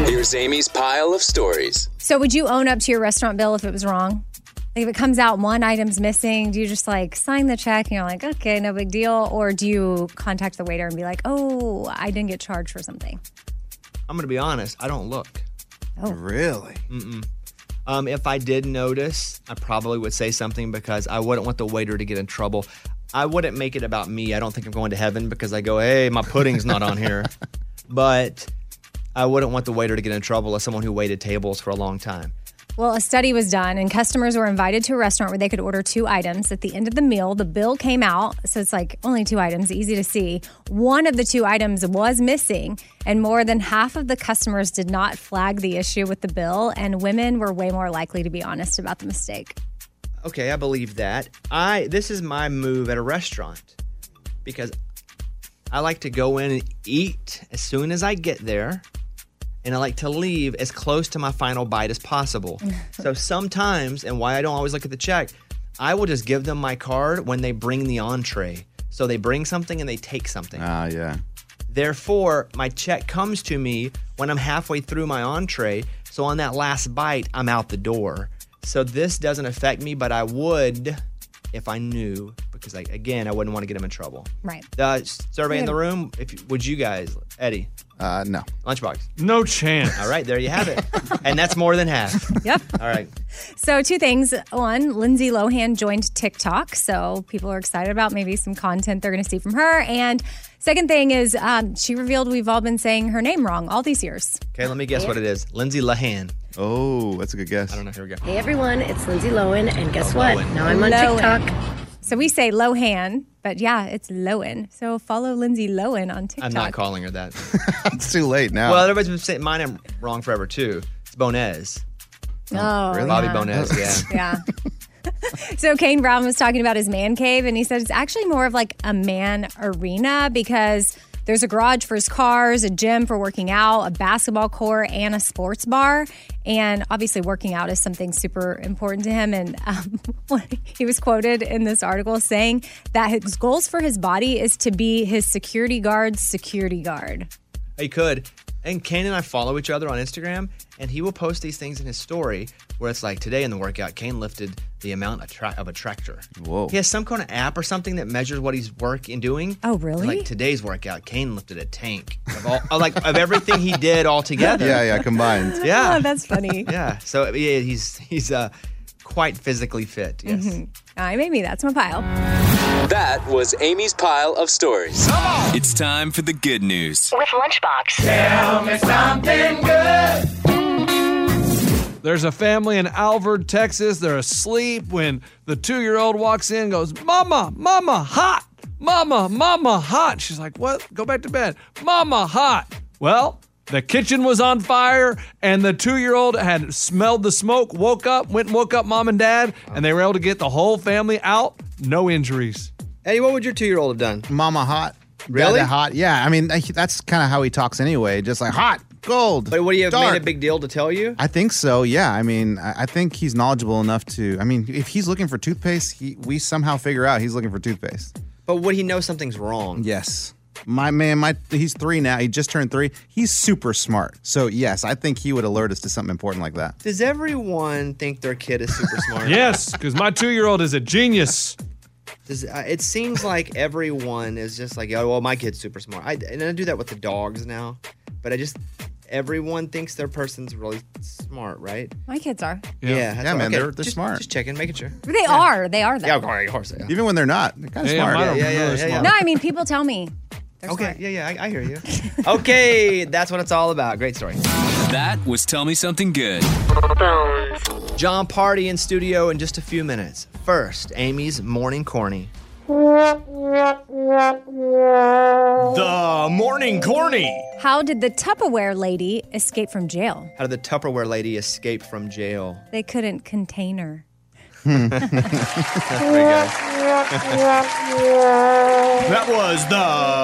[SPEAKER 8] Here's Amy's pile of stories.
[SPEAKER 4] So would you own up to your restaurant bill if it was wrong? Like if it comes out one item's missing, do you just like sign the check and you're like, okay, no big deal? Or do you contact the waiter and be like, oh, I didn't get charged for something?
[SPEAKER 1] I'm going to be honest. I don't look.
[SPEAKER 4] Oh.
[SPEAKER 5] Really?
[SPEAKER 1] Mm-mm. Um, if I did notice, I probably would say something because I wouldn't want the waiter to get in trouble. I wouldn't make it about me. I don't think I'm going to heaven because I go, hey, my pudding's not on here. But I wouldn't want the waiter to get in trouble as someone who waited tables for a long time.
[SPEAKER 4] Well, a study was done, and customers were invited to a restaurant where they could order two items. At the end of the meal, the bill came out. So it's like only two items, easy to see. One of the two items was missing, and more than half of the customers did not flag the issue with the bill. And women were way more likely to be honest about the mistake.
[SPEAKER 1] Okay, I believe that. I this is my move at a restaurant because I like to go in and eat as soon as I get there, and I like to leave as close to my final bite as possible. so sometimes, and why I don't always look at the check, I will just give them my card when they bring the entree. So they bring something and they take something.
[SPEAKER 5] Ah, yeah.
[SPEAKER 1] Therefore, my check comes to me when I'm halfway through my entree. So on that last bite, I'm out the door. So this doesn't affect me, but I would if I knew, because I, again, I wouldn't want to get them in trouble.
[SPEAKER 4] Right.
[SPEAKER 1] Uh, survey in the room. If you- would you guys, Eddie?
[SPEAKER 5] Uh, no.
[SPEAKER 1] Lunchbox.
[SPEAKER 3] [LAUGHS] No chance.
[SPEAKER 1] All right, there you have it, and that's more than half.
[SPEAKER 4] Yep.
[SPEAKER 1] All right.
[SPEAKER 4] So, two things. One, Lindsay Lohan joined TikTok. So, people are excited about maybe some content they're going to see from her. And second thing is, um, she revealed we've all been saying her name wrong all these years.
[SPEAKER 1] Okay, let me guess what it is. Lindsay Lohan.
[SPEAKER 5] Oh, that's a good guess. I don't
[SPEAKER 1] know. Here we go.
[SPEAKER 15] Hey everyone, it's Lindsay Lohan, and guess
[SPEAKER 1] Oh,
[SPEAKER 15] what?
[SPEAKER 1] Lohan.
[SPEAKER 15] Now I'm on
[SPEAKER 4] Lohan.
[SPEAKER 15] TikTok.
[SPEAKER 4] So, we say Lohan, but yeah, it's Lohan. So, follow Lindsay Lohan on TikTok.
[SPEAKER 1] I'm not calling her that.
[SPEAKER 5] it's too late now.
[SPEAKER 1] Well, everybody's been saying mine. I'm wrong forever too. It's Bonez.
[SPEAKER 4] Oh,
[SPEAKER 1] Really? Bobby
[SPEAKER 4] yeah.
[SPEAKER 1] Bonez, [LAUGHS] yeah.
[SPEAKER 4] Yeah. [LAUGHS] so Kane Brown was talking about his man cave, and he said it's actually more of like a man arena because There's a garage for his cars, a gym for working out, a basketball court, and a sports bar. And obviously, working out is something super important to him. And um, [LAUGHS] he was quoted in this article saying that his goals for his body is to be his security guard's security guard.
[SPEAKER 1] He could. And Kane and I follow each other on Instagram, and he will post these things in his story where it's like today in the workout, Kane lifted the amount of, tra- of a tractor.
[SPEAKER 5] Whoa.
[SPEAKER 1] He has some kind of app or something that measures what he's work in doing.
[SPEAKER 4] Oh, really?
[SPEAKER 1] Like today's workout, Kane lifted a tank of all, of, like of everything he did all together.
[SPEAKER 4] [LAUGHS]
[SPEAKER 5] Yeah, yeah, combined.
[SPEAKER 1] [LAUGHS] Yeah,
[SPEAKER 4] Oh, that's funny.
[SPEAKER 1] yeah. So yeah, he's he's uh, quite physically fit. Yeah.
[SPEAKER 4] Mhm. All right, maybe that's my pile.
[SPEAKER 8] That was Amy's pile of stories. It's time for the good news.
[SPEAKER 11] With Lunchbox.
[SPEAKER 10] Tell me something
[SPEAKER 11] good.
[SPEAKER 3] There's a family in Alvord, Texas. They're asleep when the two year old walks in and goes, Mama, Mama, hot. Mama, Mama, hot. She's like, What? Go back to bed. Mama, hot. Well, the kitchen was on fire, and the two year old had smelled the smoke, woke up, went and woke up mom and dad, and they were able to get the whole family out. No injuries.
[SPEAKER 1] Hey, what would your two year old have done?
[SPEAKER 5] Mama hot.
[SPEAKER 1] Really?
[SPEAKER 5] Dada hot. Yeah. I mean, I- that's kind of how he talks anyway. Just like hot, gold.
[SPEAKER 1] But what do you have
[SPEAKER 5] dark.
[SPEAKER 1] made a big deal to tell you?
[SPEAKER 5] I think so. Yeah. I mean, I I think he's knowledgeable enough to. I mean, if he's looking for toothpaste, he, we somehow figure out he's looking for toothpaste.
[SPEAKER 1] But would he know something's wrong?
[SPEAKER 5] Yes. My man, my he's three now. He just turned three. He's super smart. So yes, I think he would alert us to something important like that.
[SPEAKER 1] Does everyone think their kid is [LAUGHS] super smart?
[SPEAKER 3] Yes, because my two year old is a genius.
[SPEAKER 1] Does, uh, it seems like everyone is just like, oh, well, my kid's super smart. I, and I do that with the dogs now, but I just, everyone thinks their person's really smart, right?
[SPEAKER 4] My kids are.
[SPEAKER 1] Yeah,
[SPEAKER 5] yeah,
[SPEAKER 1] that's
[SPEAKER 5] man,
[SPEAKER 1] all- okay,
[SPEAKER 5] they're they're
[SPEAKER 1] just-
[SPEAKER 5] smart.
[SPEAKER 1] Just checking, making sure.
[SPEAKER 4] They are. They are, though.
[SPEAKER 1] Yeah, of course, of course, yeah.
[SPEAKER 5] Even when they're not, they're kind of
[SPEAKER 1] Yeah, yeah,
[SPEAKER 5] smart.
[SPEAKER 1] mine are Yeah, yeah, really yeah, yeah. smart.
[SPEAKER 4] No, I mean, people tell me.
[SPEAKER 1] okay, yeah, yeah, I, I hear [LAUGHS] you. okay, that's what it's all about. Great story.
[SPEAKER 8] That was Tell Me Something Good.
[SPEAKER 1] John Party in studio in just a few minutes. First, Amy's morning corny.
[SPEAKER 4] The
[SPEAKER 1] morning corny.
[SPEAKER 4] How did the Tupperware lady escape from jail?
[SPEAKER 1] How did the Tupperware lady escape from jail?
[SPEAKER 4] They couldn't contain her.
[SPEAKER 1] there we go. That was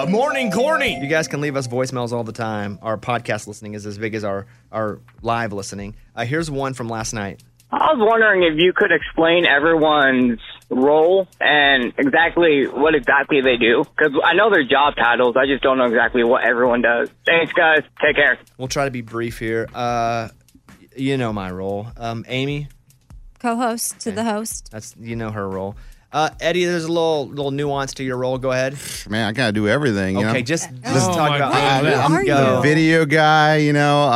[SPEAKER 1] the morning corny. You guys can leave us voicemails all the time. Our podcast listening is as big as our our live listening. Uh, here's one from last night.
[SPEAKER 16] I was wondering if you could explain everyone's role and exactly what exactly they do. Because I know their job titles, I just don't know exactly what everyone does. Thanks, guys. Take care.
[SPEAKER 1] We'll try to be brief here. Uh, y- you know my role, um, Amy.
[SPEAKER 4] Co host to the host.
[SPEAKER 1] That's you know her role. Uh, Eddie, there's a little little nuance to your role. Go ahead.
[SPEAKER 5] Man, I gotta do everything. You
[SPEAKER 1] Okay,
[SPEAKER 5] know?
[SPEAKER 1] just
[SPEAKER 17] Oh
[SPEAKER 1] just talk about.
[SPEAKER 5] I, am
[SPEAKER 1] Go.
[SPEAKER 5] a video guy, you know. Uh,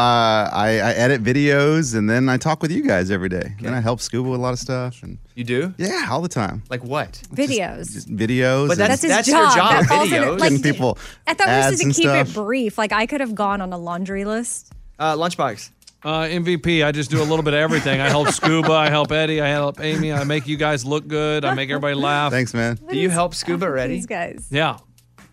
[SPEAKER 5] I, I edit videos and then I talk with you guys every day. And I help Scuba with a lot of stuff. And
[SPEAKER 1] You do?
[SPEAKER 5] yeah, all the time.
[SPEAKER 1] Like what?
[SPEAKER 4] Videos.
[SPEAKER 5] Just videos.
[SPEAKER 4] But
[SPEAKER 5] and-
[SPEAKER 4] that's- That's his that's your job. job, That falls in it, videos. like-
[SPEAKER 5] Getting people.
[SPEAKER 4] I thought we were
[SPEAKER 5] ads
[SPEAKER 4] supposed to
[SPEAKER 5] and
[SPEAKER 4] keep
[SPEAKER 5] stuff.
[SPEAKER 4] it brief. Like, I could have gone on a laundry list.
[SPEAKER 1] Uh, lunchbox.
[SPEAKER 3] Uh, MVP. I just do a little bit of everything. I help Scuba. I help Eddie. I help Amy. I make you guys look good. I make everybody laugh.
[SPEAKER 5] Thanks, man.
[SPEAKER 1] Do you help Scuba already?
[SPEAKER 4] These guys.
[SPEAKER 3] Yeah.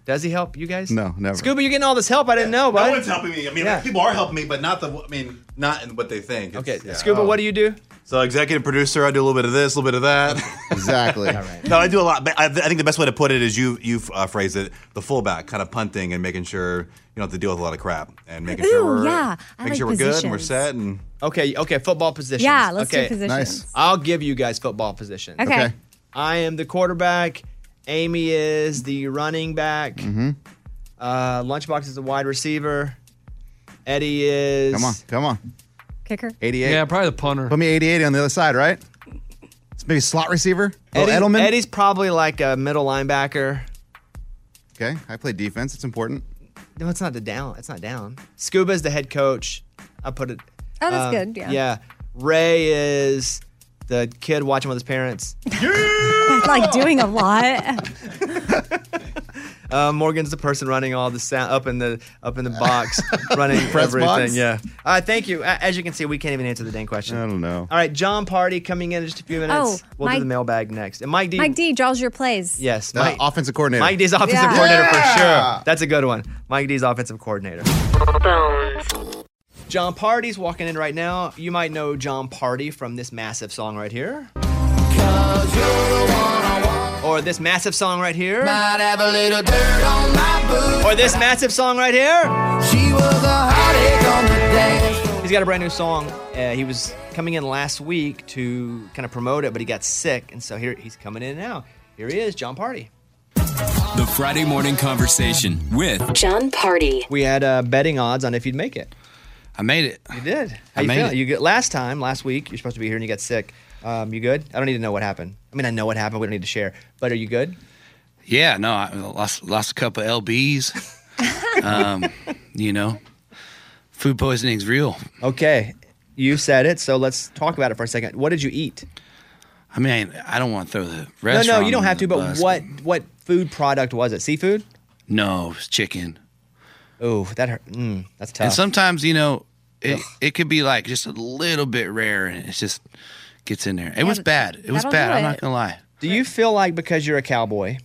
[SPEAKER 1] Does he help you guys?
[SPEAKER 5] No, never.
[SPEAKER 1] Scuba, you're getting all this help. I didn't know, bud.
[SPEAKER 17] No one's helping me. I mean,
[SPEAKER 1] Yeah.
[SPEAKER 17] people are helping me, but not the. I mean, not in what they think. Okay,
[SPEAKER 1] Scuba, what do you do?
[SPEAKER 17] So, executive producer, I do a little bit of this, a little bit of that.
[SPEAKER 5] Exactly.
[SPEAKER 1] [LAUGHS]
[SPEAKER 17] No, I do a lot. But I, I think the best way to put it is you you uh, phrase it the fullback, kind of punting and making sure you don't have to deal with a lot of crap and making sure
[SPEAKER 1] Ooh,
[SPEAKER 17] we're
[SPEAKER 1] yeah. I
[SPEAKER 17] making
[SPEAKER 1] like
[SPEAKER 17] sure we're good and we're
[SPEAKER 1] positions.
[SPEAKER 17] set and
[SPEAKER 1] Okay, okay, football positions.
[SPEAKER 17] Yeah, let's do
[SPEAKER 1] okay.
[SPEAKER 17] positions. Nice.
[SPEAKER 1] I'll give you guys football positions.
[SPEAKER 17] Okay. Okay.
[SPEAKER 1] I am the quarterback. Amy is the running back.
[SPEAKER 5] Mhm.
[SPEAKER 1] Uh, Lunchbox is the wide receiver. Eddie is.
[SPEAKER 5] Come on, come on.
[SPEAKER 4] Kicker.
[SPEAKER 5] 88.
[SPEAKER 1] Yeah,
[SPEAKER 3] probably the punter.
[SPEAKER 5] Put me 88 on the other side, right? It's maybe slot receiver. Eddie,
[SPEAKER 1] Eddie-
[SPEAKER 5] Oh, Edelman.
[SPEAKER 1] Eddie's probably like a middle linebacker.
[SPEAKER 5] Okay, I play defense. It's important.
[SPEAKER 1] No, it's not the down. It's not down. Scuba is the head coach. I put it.
[SPEAKER 4] Oh, that's good, yeah.
[SPEAKER 1] um, Yeah. Ray is the kid watching with his parents.
[SPEAKER 4] [LAUGHS] like, doing a lot.
[SPEAKER 5] [LAUGHS]
[SPEAKER 1] Uh, Morgan's the person running all the sound up in the up in the
[SPEAKER 5] [LAUGHS]
[SPEAKER 1] box, running
[SPEAKER 5] Press
[SPEAKER 1] everything.
[SPEAKER 5] box?
[SPEAKER 1] Yeah. All right. Thank you. A- As you can see, we can't even answer the dang question. I
[SPEAKER 5] don't know.
[SPEAKER 1] All right. John Party coming in in just a few minutes.
[SPEAKER 4] Oh,
[SPEAKER 1] we'll
[SPEAKER 4] Mike-
[SPEAKER 1] do the mailbag next. And Mike D.
[SPEAKER 4] Mike D draws your plays.
[SPEAKER 1] Yes,
[SPEAKER 5] Uh, offensive coordinator.
[SPEAKER 1] Mike D's offensive
[SPEAKER 4] Yeah.
[SPEAKER 1] coordinator for
[SPEAKER 5] Yeah.
[SPEAKER 1] sure. That's a good one. Mike D's offensive coordinator. John Party's walking in right now. You might know John Party from this massive song right here. Or this massive song right here.
[SPEAKER 10] Might have a little dirt on my boots.
[SPEAKER 1] Or this massive song right here.
[SPEAKER 10] She was a heartache on the dance floor.
[SPEAKER 1] He's got a brand new song. Uh, he was coming in last week to kind of promote it, but he got sick, and so here he's coming in now. Here he is, John Party.
[SPEAKER 8] The Friday morning conversation with
[SPEAKER 1] John Party. We had uh, betting odds on if you'd make it.
[SPEAKER 18] I made it.
[SPEAKER 1] You did. How
[SPEAKER 18] I
[SPEAKER 1] you
[SPEAKER 18] made
[SPEAKER 1] feeling?
[SPEAKER 18] it.
[SPEAKER 1] You good? Last time, last week, you're supposed to be here and you got sick. Um, you good? I don't need to know what happened. I mean, I know what happened. We don't need to share. But are you good?
[SPEAKER 18] Yeah, no, I lost lost a couple lbs. um, you know, food poisoning's real.
[SPEAKER 1] Okay, you said it. So let's talk about it for a second. What did you eat?
[SPEAKER 18] I mean, I don't want to throw the restaurant.
[SPEAKER 1] no, no, you don't
[SPEAKER 18] under
[SPEAKER 1] have to.
[SPEAKER 18] the
[SPEAKER 1] But
[SPEAKER 18] bus,
[SPEAKER 1] what what food product was it? Seafood?
[SPEAKER 18] No, it was chicken.
[SPEAKER 1] Oh, that hurt. Mm, that's tough.
[SPEAKER 18] And sometimes, you know, it it could be like just a little bit rare, and it just gets in there. It
[SPEAKER 1] Yeah,
[SPEAKER 18] was
[SPEAKER 1] but
[SPEAKER 18] bad. It was
[SPEAKER 1] that'll
[SPEAKER 18] bad.
[SPEAKER 1] do
[SPEAKER 18] I'm not
[SPEAKER 1] it.
[SPEAKER 18] gonna lie.
[SPEAKER 1] Do you feel like because you're a cowboy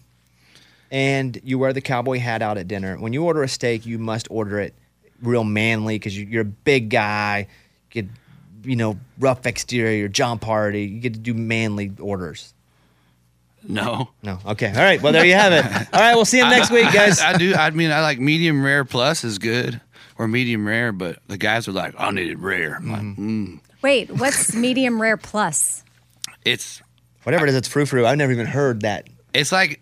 [SPEAKER 1] and you wear the cowboy hat out at dinner, when you order a steak, you must order it real manly because you, you're a big guy, you get, you know, rough exterior, John Party, you get to do manly orders.
[SPEAKER 18] No.
[SPEAKER 1] No. Okay. All right. Well, there you have it. All right. We'll see you next week, guys.
[SPEAKER 18] [LAUGHS] I, I do. I mean, I like medium rare plus is good or medium rare, but the guys are like, I need it rare. I'm like, mm.
[SPEAKER 4] Wait, what's medium rare plus?
[SPEAKER 18] It's
[SPEAKER 1] whatever it is. It's frou frou. I've never even heard that.
[SPEAKER 18] It's like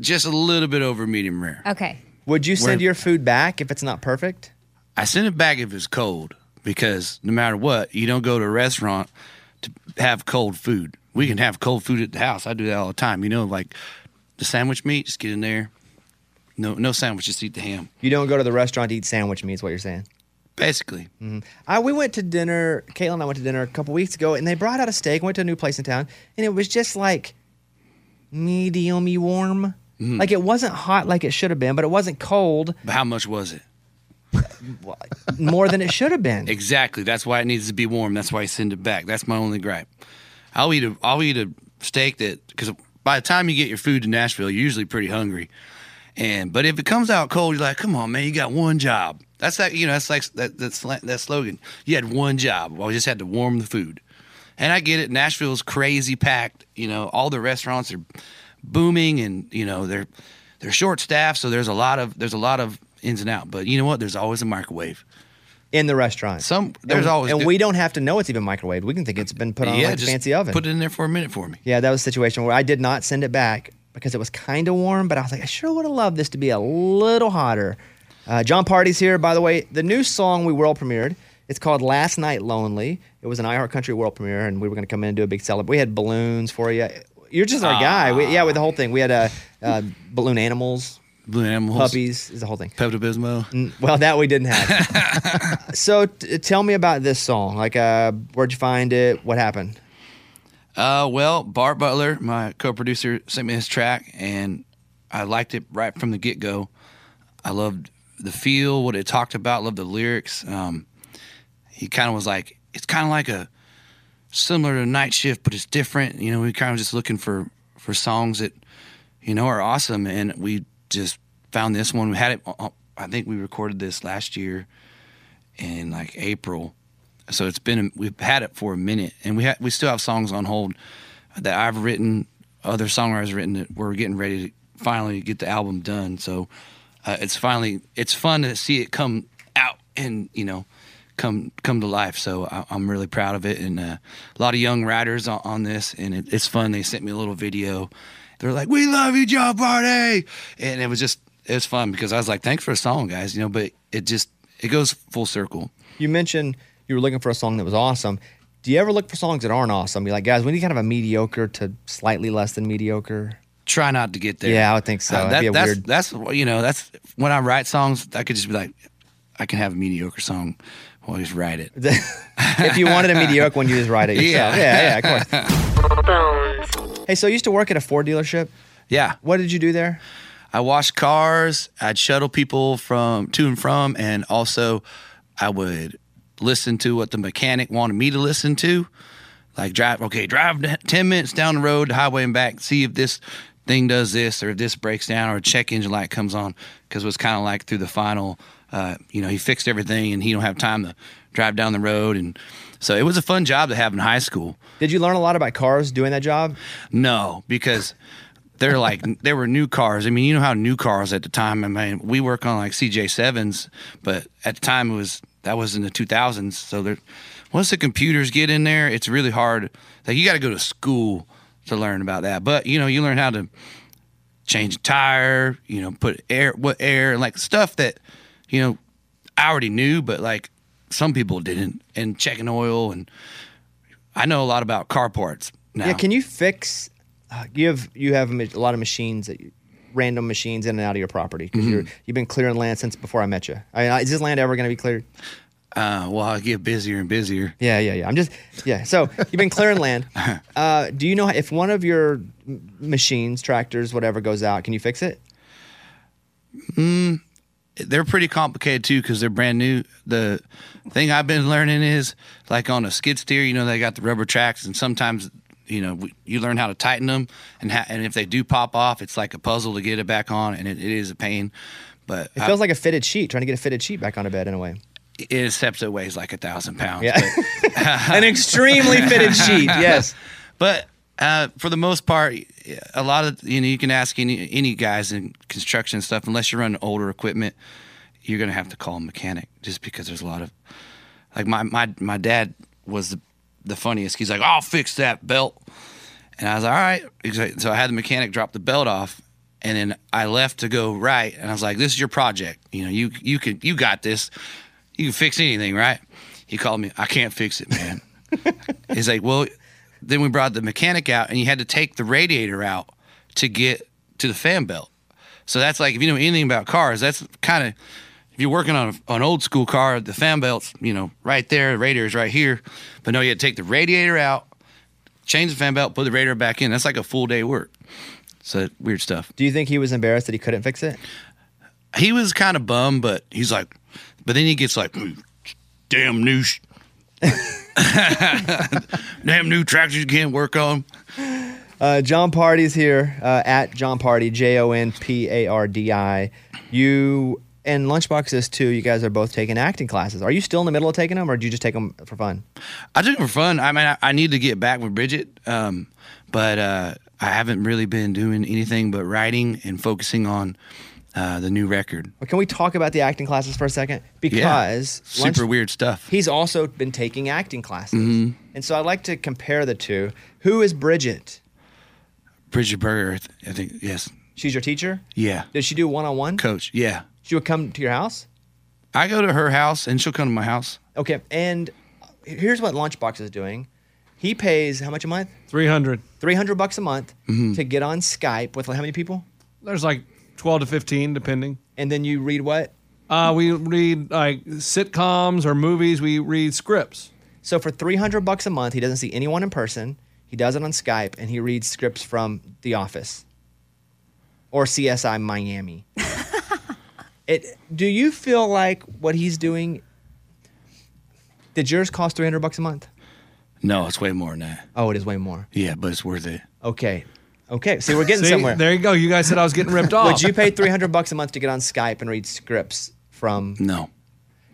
[SPEAKER 18] just a little bit over medium rare.
[SPEAKER 4] Okay.
[SPEAKER 1] Would you send
[SPEAKER 18] Where-
[SPEAKER 1] your food back if it's not perfect?
[SPEAKER 18] I send it back if it's cold because no matter what, you don't go to a restaurant to have cold food. We can have cold food at the house. I do that all the time. You know, like the sandwich meat, just get in there. No, no sandwich, just eat the ham.
[SPEAKER 1] You don't go to the restaurant to eat sandwich meat, is what you're saying.
[SPEAKER 18] Basically.
[SPEAKER 1] Mhm. I, we went to dinner, Caitlin and I went to dinner a couple weeks ago, and they brought out a steak, went to a new place in town, and it was just like mediumy warm.
[SPEAKER 18] Mm.
[SPEAKER 1] Like it wasn't hot like it should have been, but it wasn't cold
[SPEAKER 18] But how much was it?
[SPEAKER 1] more than it should have
[SPEAKER 18] [LAUGHS]
[SPEAKER 1] been.
[SPEAKER 18] Exactly. That's why it needs to be warm. That's why I send it back. That's my only gripe. I'll eat a I'll eat a steak that because by the time you get your food to Nashville, you're usually pretty hungry. And but if it comes out cold, you're like, come on, man, you got one job. That's that you know that's like that that, slant, that slogan. You had one job. Well, I just had to warm the food. And I get it. Nashville's crazy packed. You know, all the restaurants are booming, and you know they're they're short staffed. So there's a lot of there's a lot of ins and out. But you know what? There's always a microwave
[SPEAKER 1] in the restaurant.
[SPEAKER 18] Some there's
[SPEAKER 1] and,
[SPEAKER 18] always
[SPEAKER 1] and we don't have to know it's even microwaved. We can think it's been put on
[SPEAKER 18] Yeah,
[SPEAKER 1] like a
[SPEAKER 18] just
[SPEAKER 1] fancy oven.
[SPEAKER 18] Put it in there for a minute for me.
[SPEAKER 1] Yeah, that was a situation where I did not send it back because it was kind of warm, but I was like, I sure would have loved this to be a little hotter. Uh, John Party's here, by the way. The new song we world premiered. It's called "Last Night Lonely." It was an iHeart Country world premiere, and we were going to come in and do a big celebration. We had balloons for you. You're just our guy. We, yeah, with the whole thing. We had uh, uh, balloon animals,
[SPEAKER 18] balloon animals,
[SPEAKER 1] puppies, Mm. is the whole thing.
[SPEAKER 18] Pepto Bismol.
[SPEAKER 1] Well, that we didn't have. so, t- tell me about this song. Like, uh, where'd you find it? What happened?
[SPEAKER 18] Uh, well, Bart Butler, my co-producer, sent me his track, and I liked it right from the get-go. I loved the feel, what it talked about, loved the lyrics. Um, he kind of was like, it's kind of like a similar to Night Shift, but it's different. You know, we kind of just looking for for songs that you know are awesome, and we just found this one. We had it. uh, I think we recorded this last year in like April. so it's been we've had it for a minute, and we ha- we still have songs on hold that I've written, other songwriters written that we're getting ready to finally get the album done. So uh, it's finally it's fun to see it come out and you know come come to life. So I, I'm really proud of it, and uh, a lot of young writers on, on this, and it, it's fun. They sent me a little video. They're like, "We love you, Joe Party," and it was just it was fun because I was like, "Thanks for a song, guys," you know. But it just it goes full circle.
[SPEAKER 1] You mentioned you were looking for a song that was awesome. Do you ever look for songs that aren't awesome? You're like, guys, we need kind of a mediocre to slightly less than mediocre. [LAUGHS]
[SPEAKER 18] try not to get there.
[SPEAKER 1] Yeah, I would think so.
[SPEAKER 18] Uh,
[SPEAKER 1] That'd
[SPEAKER 18] that-
[SPEAKER 1] be a
[SPEAKER 18] that's
[SPEAKER 1] weird-
[SPEAKER 18] that's you know that's when I write songs, I could just be like, I can have a mediocre song. Well, just write it.
[SPEAKER 1] if you wanted a mediocre one, you just write it yourself. Yeah, yeah, of
[SPEAKER 18] course.
[SPEAKER 1] course. Hey, so you used to work at a Ford dealership.
[SPEAKER 18] Yeah.
[SPEAKER 1] What did you do there?
[SPEAKER 18] I washed cars. I'd shuttle people from to and from, and also I would listen to what the mechanic wanted me to listen to. Like drive, okay, drive d- ten minutes down the road, the highway, and back. See if this thing does this, or if this breaks down, or a check engine light comes on. Because it was kind of like through the final, uh, you know, he fixed everything, and he don't have time to drive down the road, and so it was a fun job to have in high school.
[SPEAKER 1] Did you learn a lot about cars doing that job?
[SPEAKER 18] No, because they're like [LAUGHS] they were new cars. I mean, you know how new cars at the time. I mean, we work on like CJ sevens, but at the time it was that was in the two thousands. So there, once the computers get in there, it's really hard. Like you got to go to school to learn about that. But you know, you learn how to change a tire. You know, put air what air like stuff that you know I already knew, but like some people didn't. And checking oil and I know a lot about car parts now.
[SPEAKER 1] Yeah, can you fix? Uh, you have you have ma- a lot of machines that you, random machines in and out of your property because
[SPEAKER 18] Mhm.
[SPEAKER 1] you're you've been clearing land since before I met you. I mean, is this land ever going to be cleared?
[SPEAKER 18] Uh, well, I get busier and busier.
[SPEAKER 1] Yeah, yeah, yeah. I'm just yeah. So you've been clearing land.
[SPEAKER 18] [LAUGHS] Uh-huh.
[SPEAKER 1] Uh, do you know if one of your m- machines, tractors, whatever goes out, can you fix it?
[SPEAKER 18] Mm, they're pretty complicated too because they're brand new. The thing I've been learning is like on a skid steer, you know, they got the rubber tracks, and sometimes you know we- you learn how to tighten them, and ha- and if they do pop off, it's like a puzzle to get it back on, and it, it is a pain. But
[SPEAKER 1] It feels like a fitted sheet. Trying to get a fitted sheet back on a bed in
[SPEAKER 18] [LAUGHS]
[SPEAKER 1] a way.
[SPEAKER 18] it except it weighs like a thousand pounds.
[SPEAKER 1] Yeah.
[SPEAKER 18] An
[SPEAKER 1] extremely fitted [LAUGHS] sheet, yes.
[SPEAKER 18] But uh, for the most part, a lot of you know you can ask any any guys in construction and stuff. Unless you're running older equipment, you're gonna have to call a mechanic just because there's a lot of like my my my dad was the, the funniest. He's like, I'll fix that belt, and I was like, all right. He's like- So I had the mechanic drop the belt off, and then I left to go right, and I was like, this is your project. You know, you you can you got this. You can fix anything, right? He called me. I can't fix it, man. He's like, well, then we brought the mechanic out, and you had to take the radiator out to get to the fan belt. So that's like if you know anything about cars, that's kind of if you're working on a, an old school car, the fan belt's you know right there, the radiator's right here. But no, you had to take the radiator out, change the fan belt, put the radiator back in. That's like a full day work. So weird stuff.
[SPEAKER 1] Do you think he was embarrassed that he couldn't fix it?
[SPEAKER 18] He was kind of bummed, but he's like, but then he gets like, "Hmm, damn new, sh- [LAUGHS] damn new tractors you can't work on.
[SPEAKER 1] Uh, John Party's here uh, at John Party, J O N P A R D I. You and Lunchbox is too. You guys are both taking acting classes. Are you still in the middle of taking them, or do you just take them for fun?
[SPEAKER 18] I took it for fun. I mean, I, I need to get back with Bridget, um, but uh, I haven't really been doing anything but writing and focusing on uh, the new record.
[SPEAKER 1] But can we talk about the acting classes for a second? Because
[SPEAKER 18] Yeah. super weird stuff.
[SPEAKER 1] He's also been taking acting classes,
[SPEAKER 18] Mhm.
[SPEAKER 1] and so I like to compare the two. Who is Bridget?
[SPEAKER 18] Bridget Berger, I, th- I think. Yes.
[SPEAKER 1] She's your teacher.
[SPEAKER 18] Yeah.
[SPEAKER 1] Did she do one on one?
[SPEAKER 18] Coach. Yeah.
[SPEAKER 1] She would come to your house.
[SPEAKER 18] I go to her house and she'll come to my house.
[SPEAKER 1] Okay, and here's what Lunchbox is doing. He pays how much a month?
[SPEAKER 3] 300.
[SPEAKER 1] 300 bucks a month to get on Skype with like, how many people?
[SPEAKER 3] There's like 12 to 15, depending.
[SPEAKER 1] And then you read what?
[SPEAKER 3] Uh, we read like sitcoms or movies. We read scripts.
[SPEAKER 1] So for 300 bucks a month, he doesn't see anyone in person. He does it on Skype and he reads scripts from The Office or CSI Miami. it, do you feel like what he's doing? Did yours cost 300 bucks a month?
[SPEAKER 18] No, it's way more than that.
[SPEAKER 1] Oh, it is way more.
[SPEAKER 18] Yeah, but it's worth it.
[SPEAKER 1] Okay. Okay. See, we're getting
[SPEAKER 3] See,
[SPEAKER 1] somewhere.
[SPEAKER 3] There you go. You guys said I was getting ripped off.
[SPEAKER 1] Would you pay 300 bucks a month to get on Skype and read scripts from?
[SPEAKER 18] No.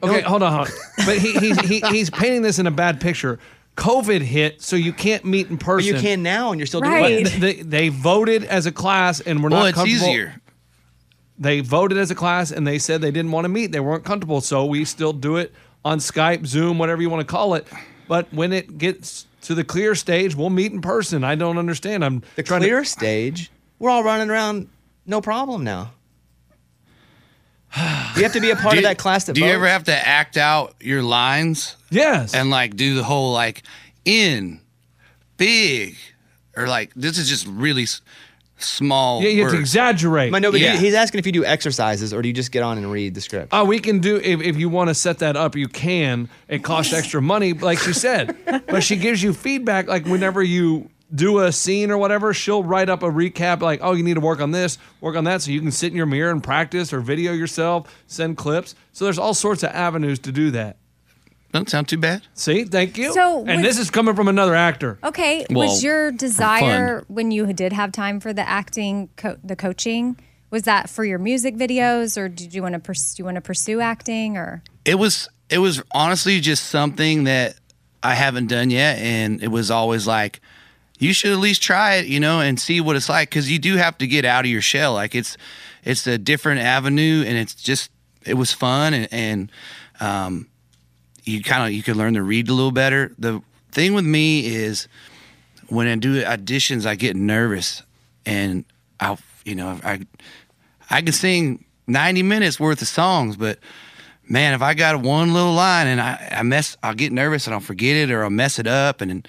[SPEAKER 3] Okay, hold on. hold on. But he, he's, he, he's painting this in a bad picture. COVID hit, so you can't meet in
[SPEAKER 1] But
[SPEAKER 3] person.
[SPEAKER 1] you can now and you're still doing
[SPEAKER 3] But
[SPEAKER 1] it.
[SPEAKER 3] They, they voted as a class, and we're
[SPEAKER 18] Well,
[SPEAKER 3] not
[SPEAKER 18] it's
[SPEAKER 3] comfortable.
[SPEAKER 18] easier.
[SPEAKER 3] They voted as a class, and they said they didn't want to meet. They weren't comfortable, so we still do it on Skype, Zoom, whatever you want to call it. But when it gets to the clear stage, we'll meet in person. I don't understand. I'm the
[SPEAKER 1] clear stage. We're all running around, no problem now. You have to
[SPEAKER 18] [SIGHS]
[SPEAKER 1] be a part
[SPEAKER 18] Do
[SPEAKER 1] of
[SPEAKER 18] you-
[SPEAKER 1] that class. That
[SPEAKER 18] do you
[SPEAKER 1] votes?
[SPEAKER 18] ever have to act out your lines?
[SPEAKER 3] Yes.
[SPEAKER 18] And like do the whole like in big or like this is just really s- small. words.
[SPEAKER 3] exaggerate.
[SPEAKER 1] no, but he-
[SPEAKER 18] Yeah.
[SPEAKER 1] he's asking if you do exercises or do you just get on and read the script.
[SPEAKER 3] Oh, we can do if, if you want to set that up, you can. It costs extra money, like she said. but she gives you feedback like whenever you do a scene or whatever, she'll write up a recap like, oh, you need to work on this, work on that, so you can sit in your mirror and practice or video yourself, send clips. So there's all sorts of avenues to do that.
[SPEAKER 18] Don't sound too bad.
[SPEAKER 3] See, thank you.
[SPEAKER 4] So Oh.
[SPEAKER 3] and
[SPEAKER 4] would-
[SPEAKER 3] this is coming from another actor.
[SPEAKER 4] Okay.
[SPEAKER 3] Well,
[SPEAKER 4] was your desire when you did have time for the acting, co- the coaching, was that for your music videos, or did you want to pursue? You want to pursue acting, or
[SPEAKER 18] It was it was honestly just something that I haven't done yet, and it was always like you should at least try it, you know, and see what it's like because you do have to get out of your shell. Like it's it's a different avenue, and it's just it was fun, and, and um, you kind of you can learn to read a little better. The thing with me is when I do auditions, I get nervous, and I you know I I can sing ninety minutes worth of songs, but man, if I got one little line and I, I mess, I'll get nervous and I'll forget it or I'll mess it up. And, and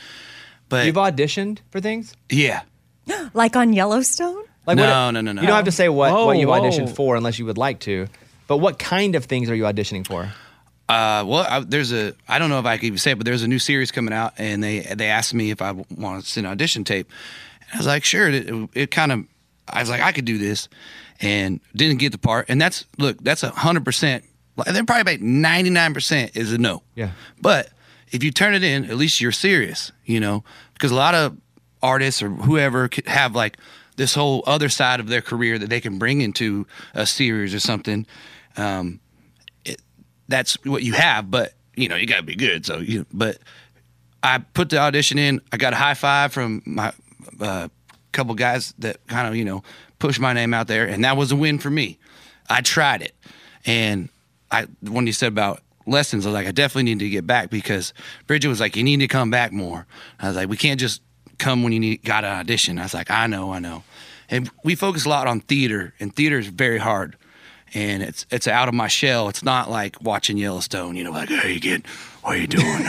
[SPEAKER 18] but
[SPEAKER 1] You've auditioned for things?
[SPEAKER 18] yeah,
[SPEAKER 4] like on Yellowstone?
[SPEAKER 1] Like
[SPEAKER 18] No,
[SPEAKER 1] what,
[SPEAKER 18] no, no, no. Oh,
[SPEAKER 1] You don't have to say what,
[SPEAKER 18] Whoa,
[SPEAKER 1] what you
[SPEAKER 18] whoa.
[SPEAKER 1] auditioned for unless you would like to. But what kind of things are you auditioning for?
[SPEAKER 18] Uh, well, I, there's a I don't know if I can even say it, but there's a new series coming out, and they they asked me if I want to send an audition tape. And I was like, sure. It, it kind of I was like, I could do this, and didn't get the part. And that's look, that's a hundred percent. And then probably about ninety nine percent is a no.
[SPEAKER 1] Yeah.
[SPEAKER 18] But if you turn it in, at least you're serious, you know, because a lot of artists or whoever could have like this whole other side of their career that they can bring into a series or something. Um, it, that's what you have, but you know, you got to be good. So, you, but I put the audition in. I got a high five from my uh, couple guys that kind of you know pushed my name out there, and that was a win for me. I tried it, and I when you said about lessons, I was like, I definitely need to get back because Bridget was like, you need to come back more. I was like, we can't just come when you need got an audition. I was like, I know, I know, and we focus a lot on theater, and theater is very hard and it's it's out of my shell. It's not like watching Yellowstone, you know, like, hey kid, what are you doing?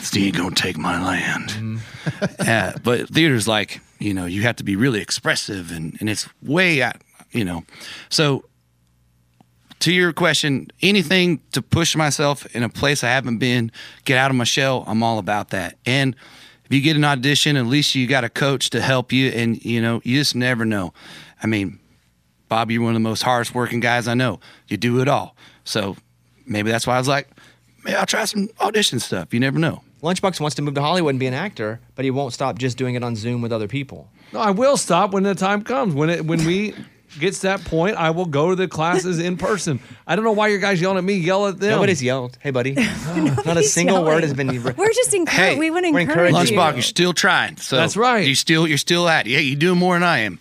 [SPEAKER 18] Steve gonna take my land. [LAUGHS] Uh, but theater's like, you know, you have to be really expressive and, and it's way out, you know. So to your question, anything to push myself in a place I haven't been, get out of my shell, I'm all about that. And if you get an audition, at least you got a coach to help you and you know, you just never know. I mean, Bob, you're one of the most hardest working guys I know. You do it all. So maybe that's why I was like, maybe I'll try some audition stuff. You never know.
[SPEAKER 1] Lunchbox wants to move to Hollywood and be an actor, but he won't stop just doing it on Zoom with other people.
[SPEAKER 3] No, I will stop when the time comes. When it when we gets to that point, I will go to the classes in person. I don't know why your guys yelling at me. Yell at them.
[SPEAKER 1] Nobody's yelled. Hey,
[SPEAKER 18] [LAUGHS]
[SPEAKER 1] buddy. [LAUGHS] [LAUGHS] Not a single word has been.
[SPEAKER 4] We're just encouraged. we want to encourage you.
[SPEAKER 18] Lunchbox, you're still trying. So
[SPEAKER 1] That's
[SPEAKER 18] right. You still you're still at it. Yeah, you're doing more than I am.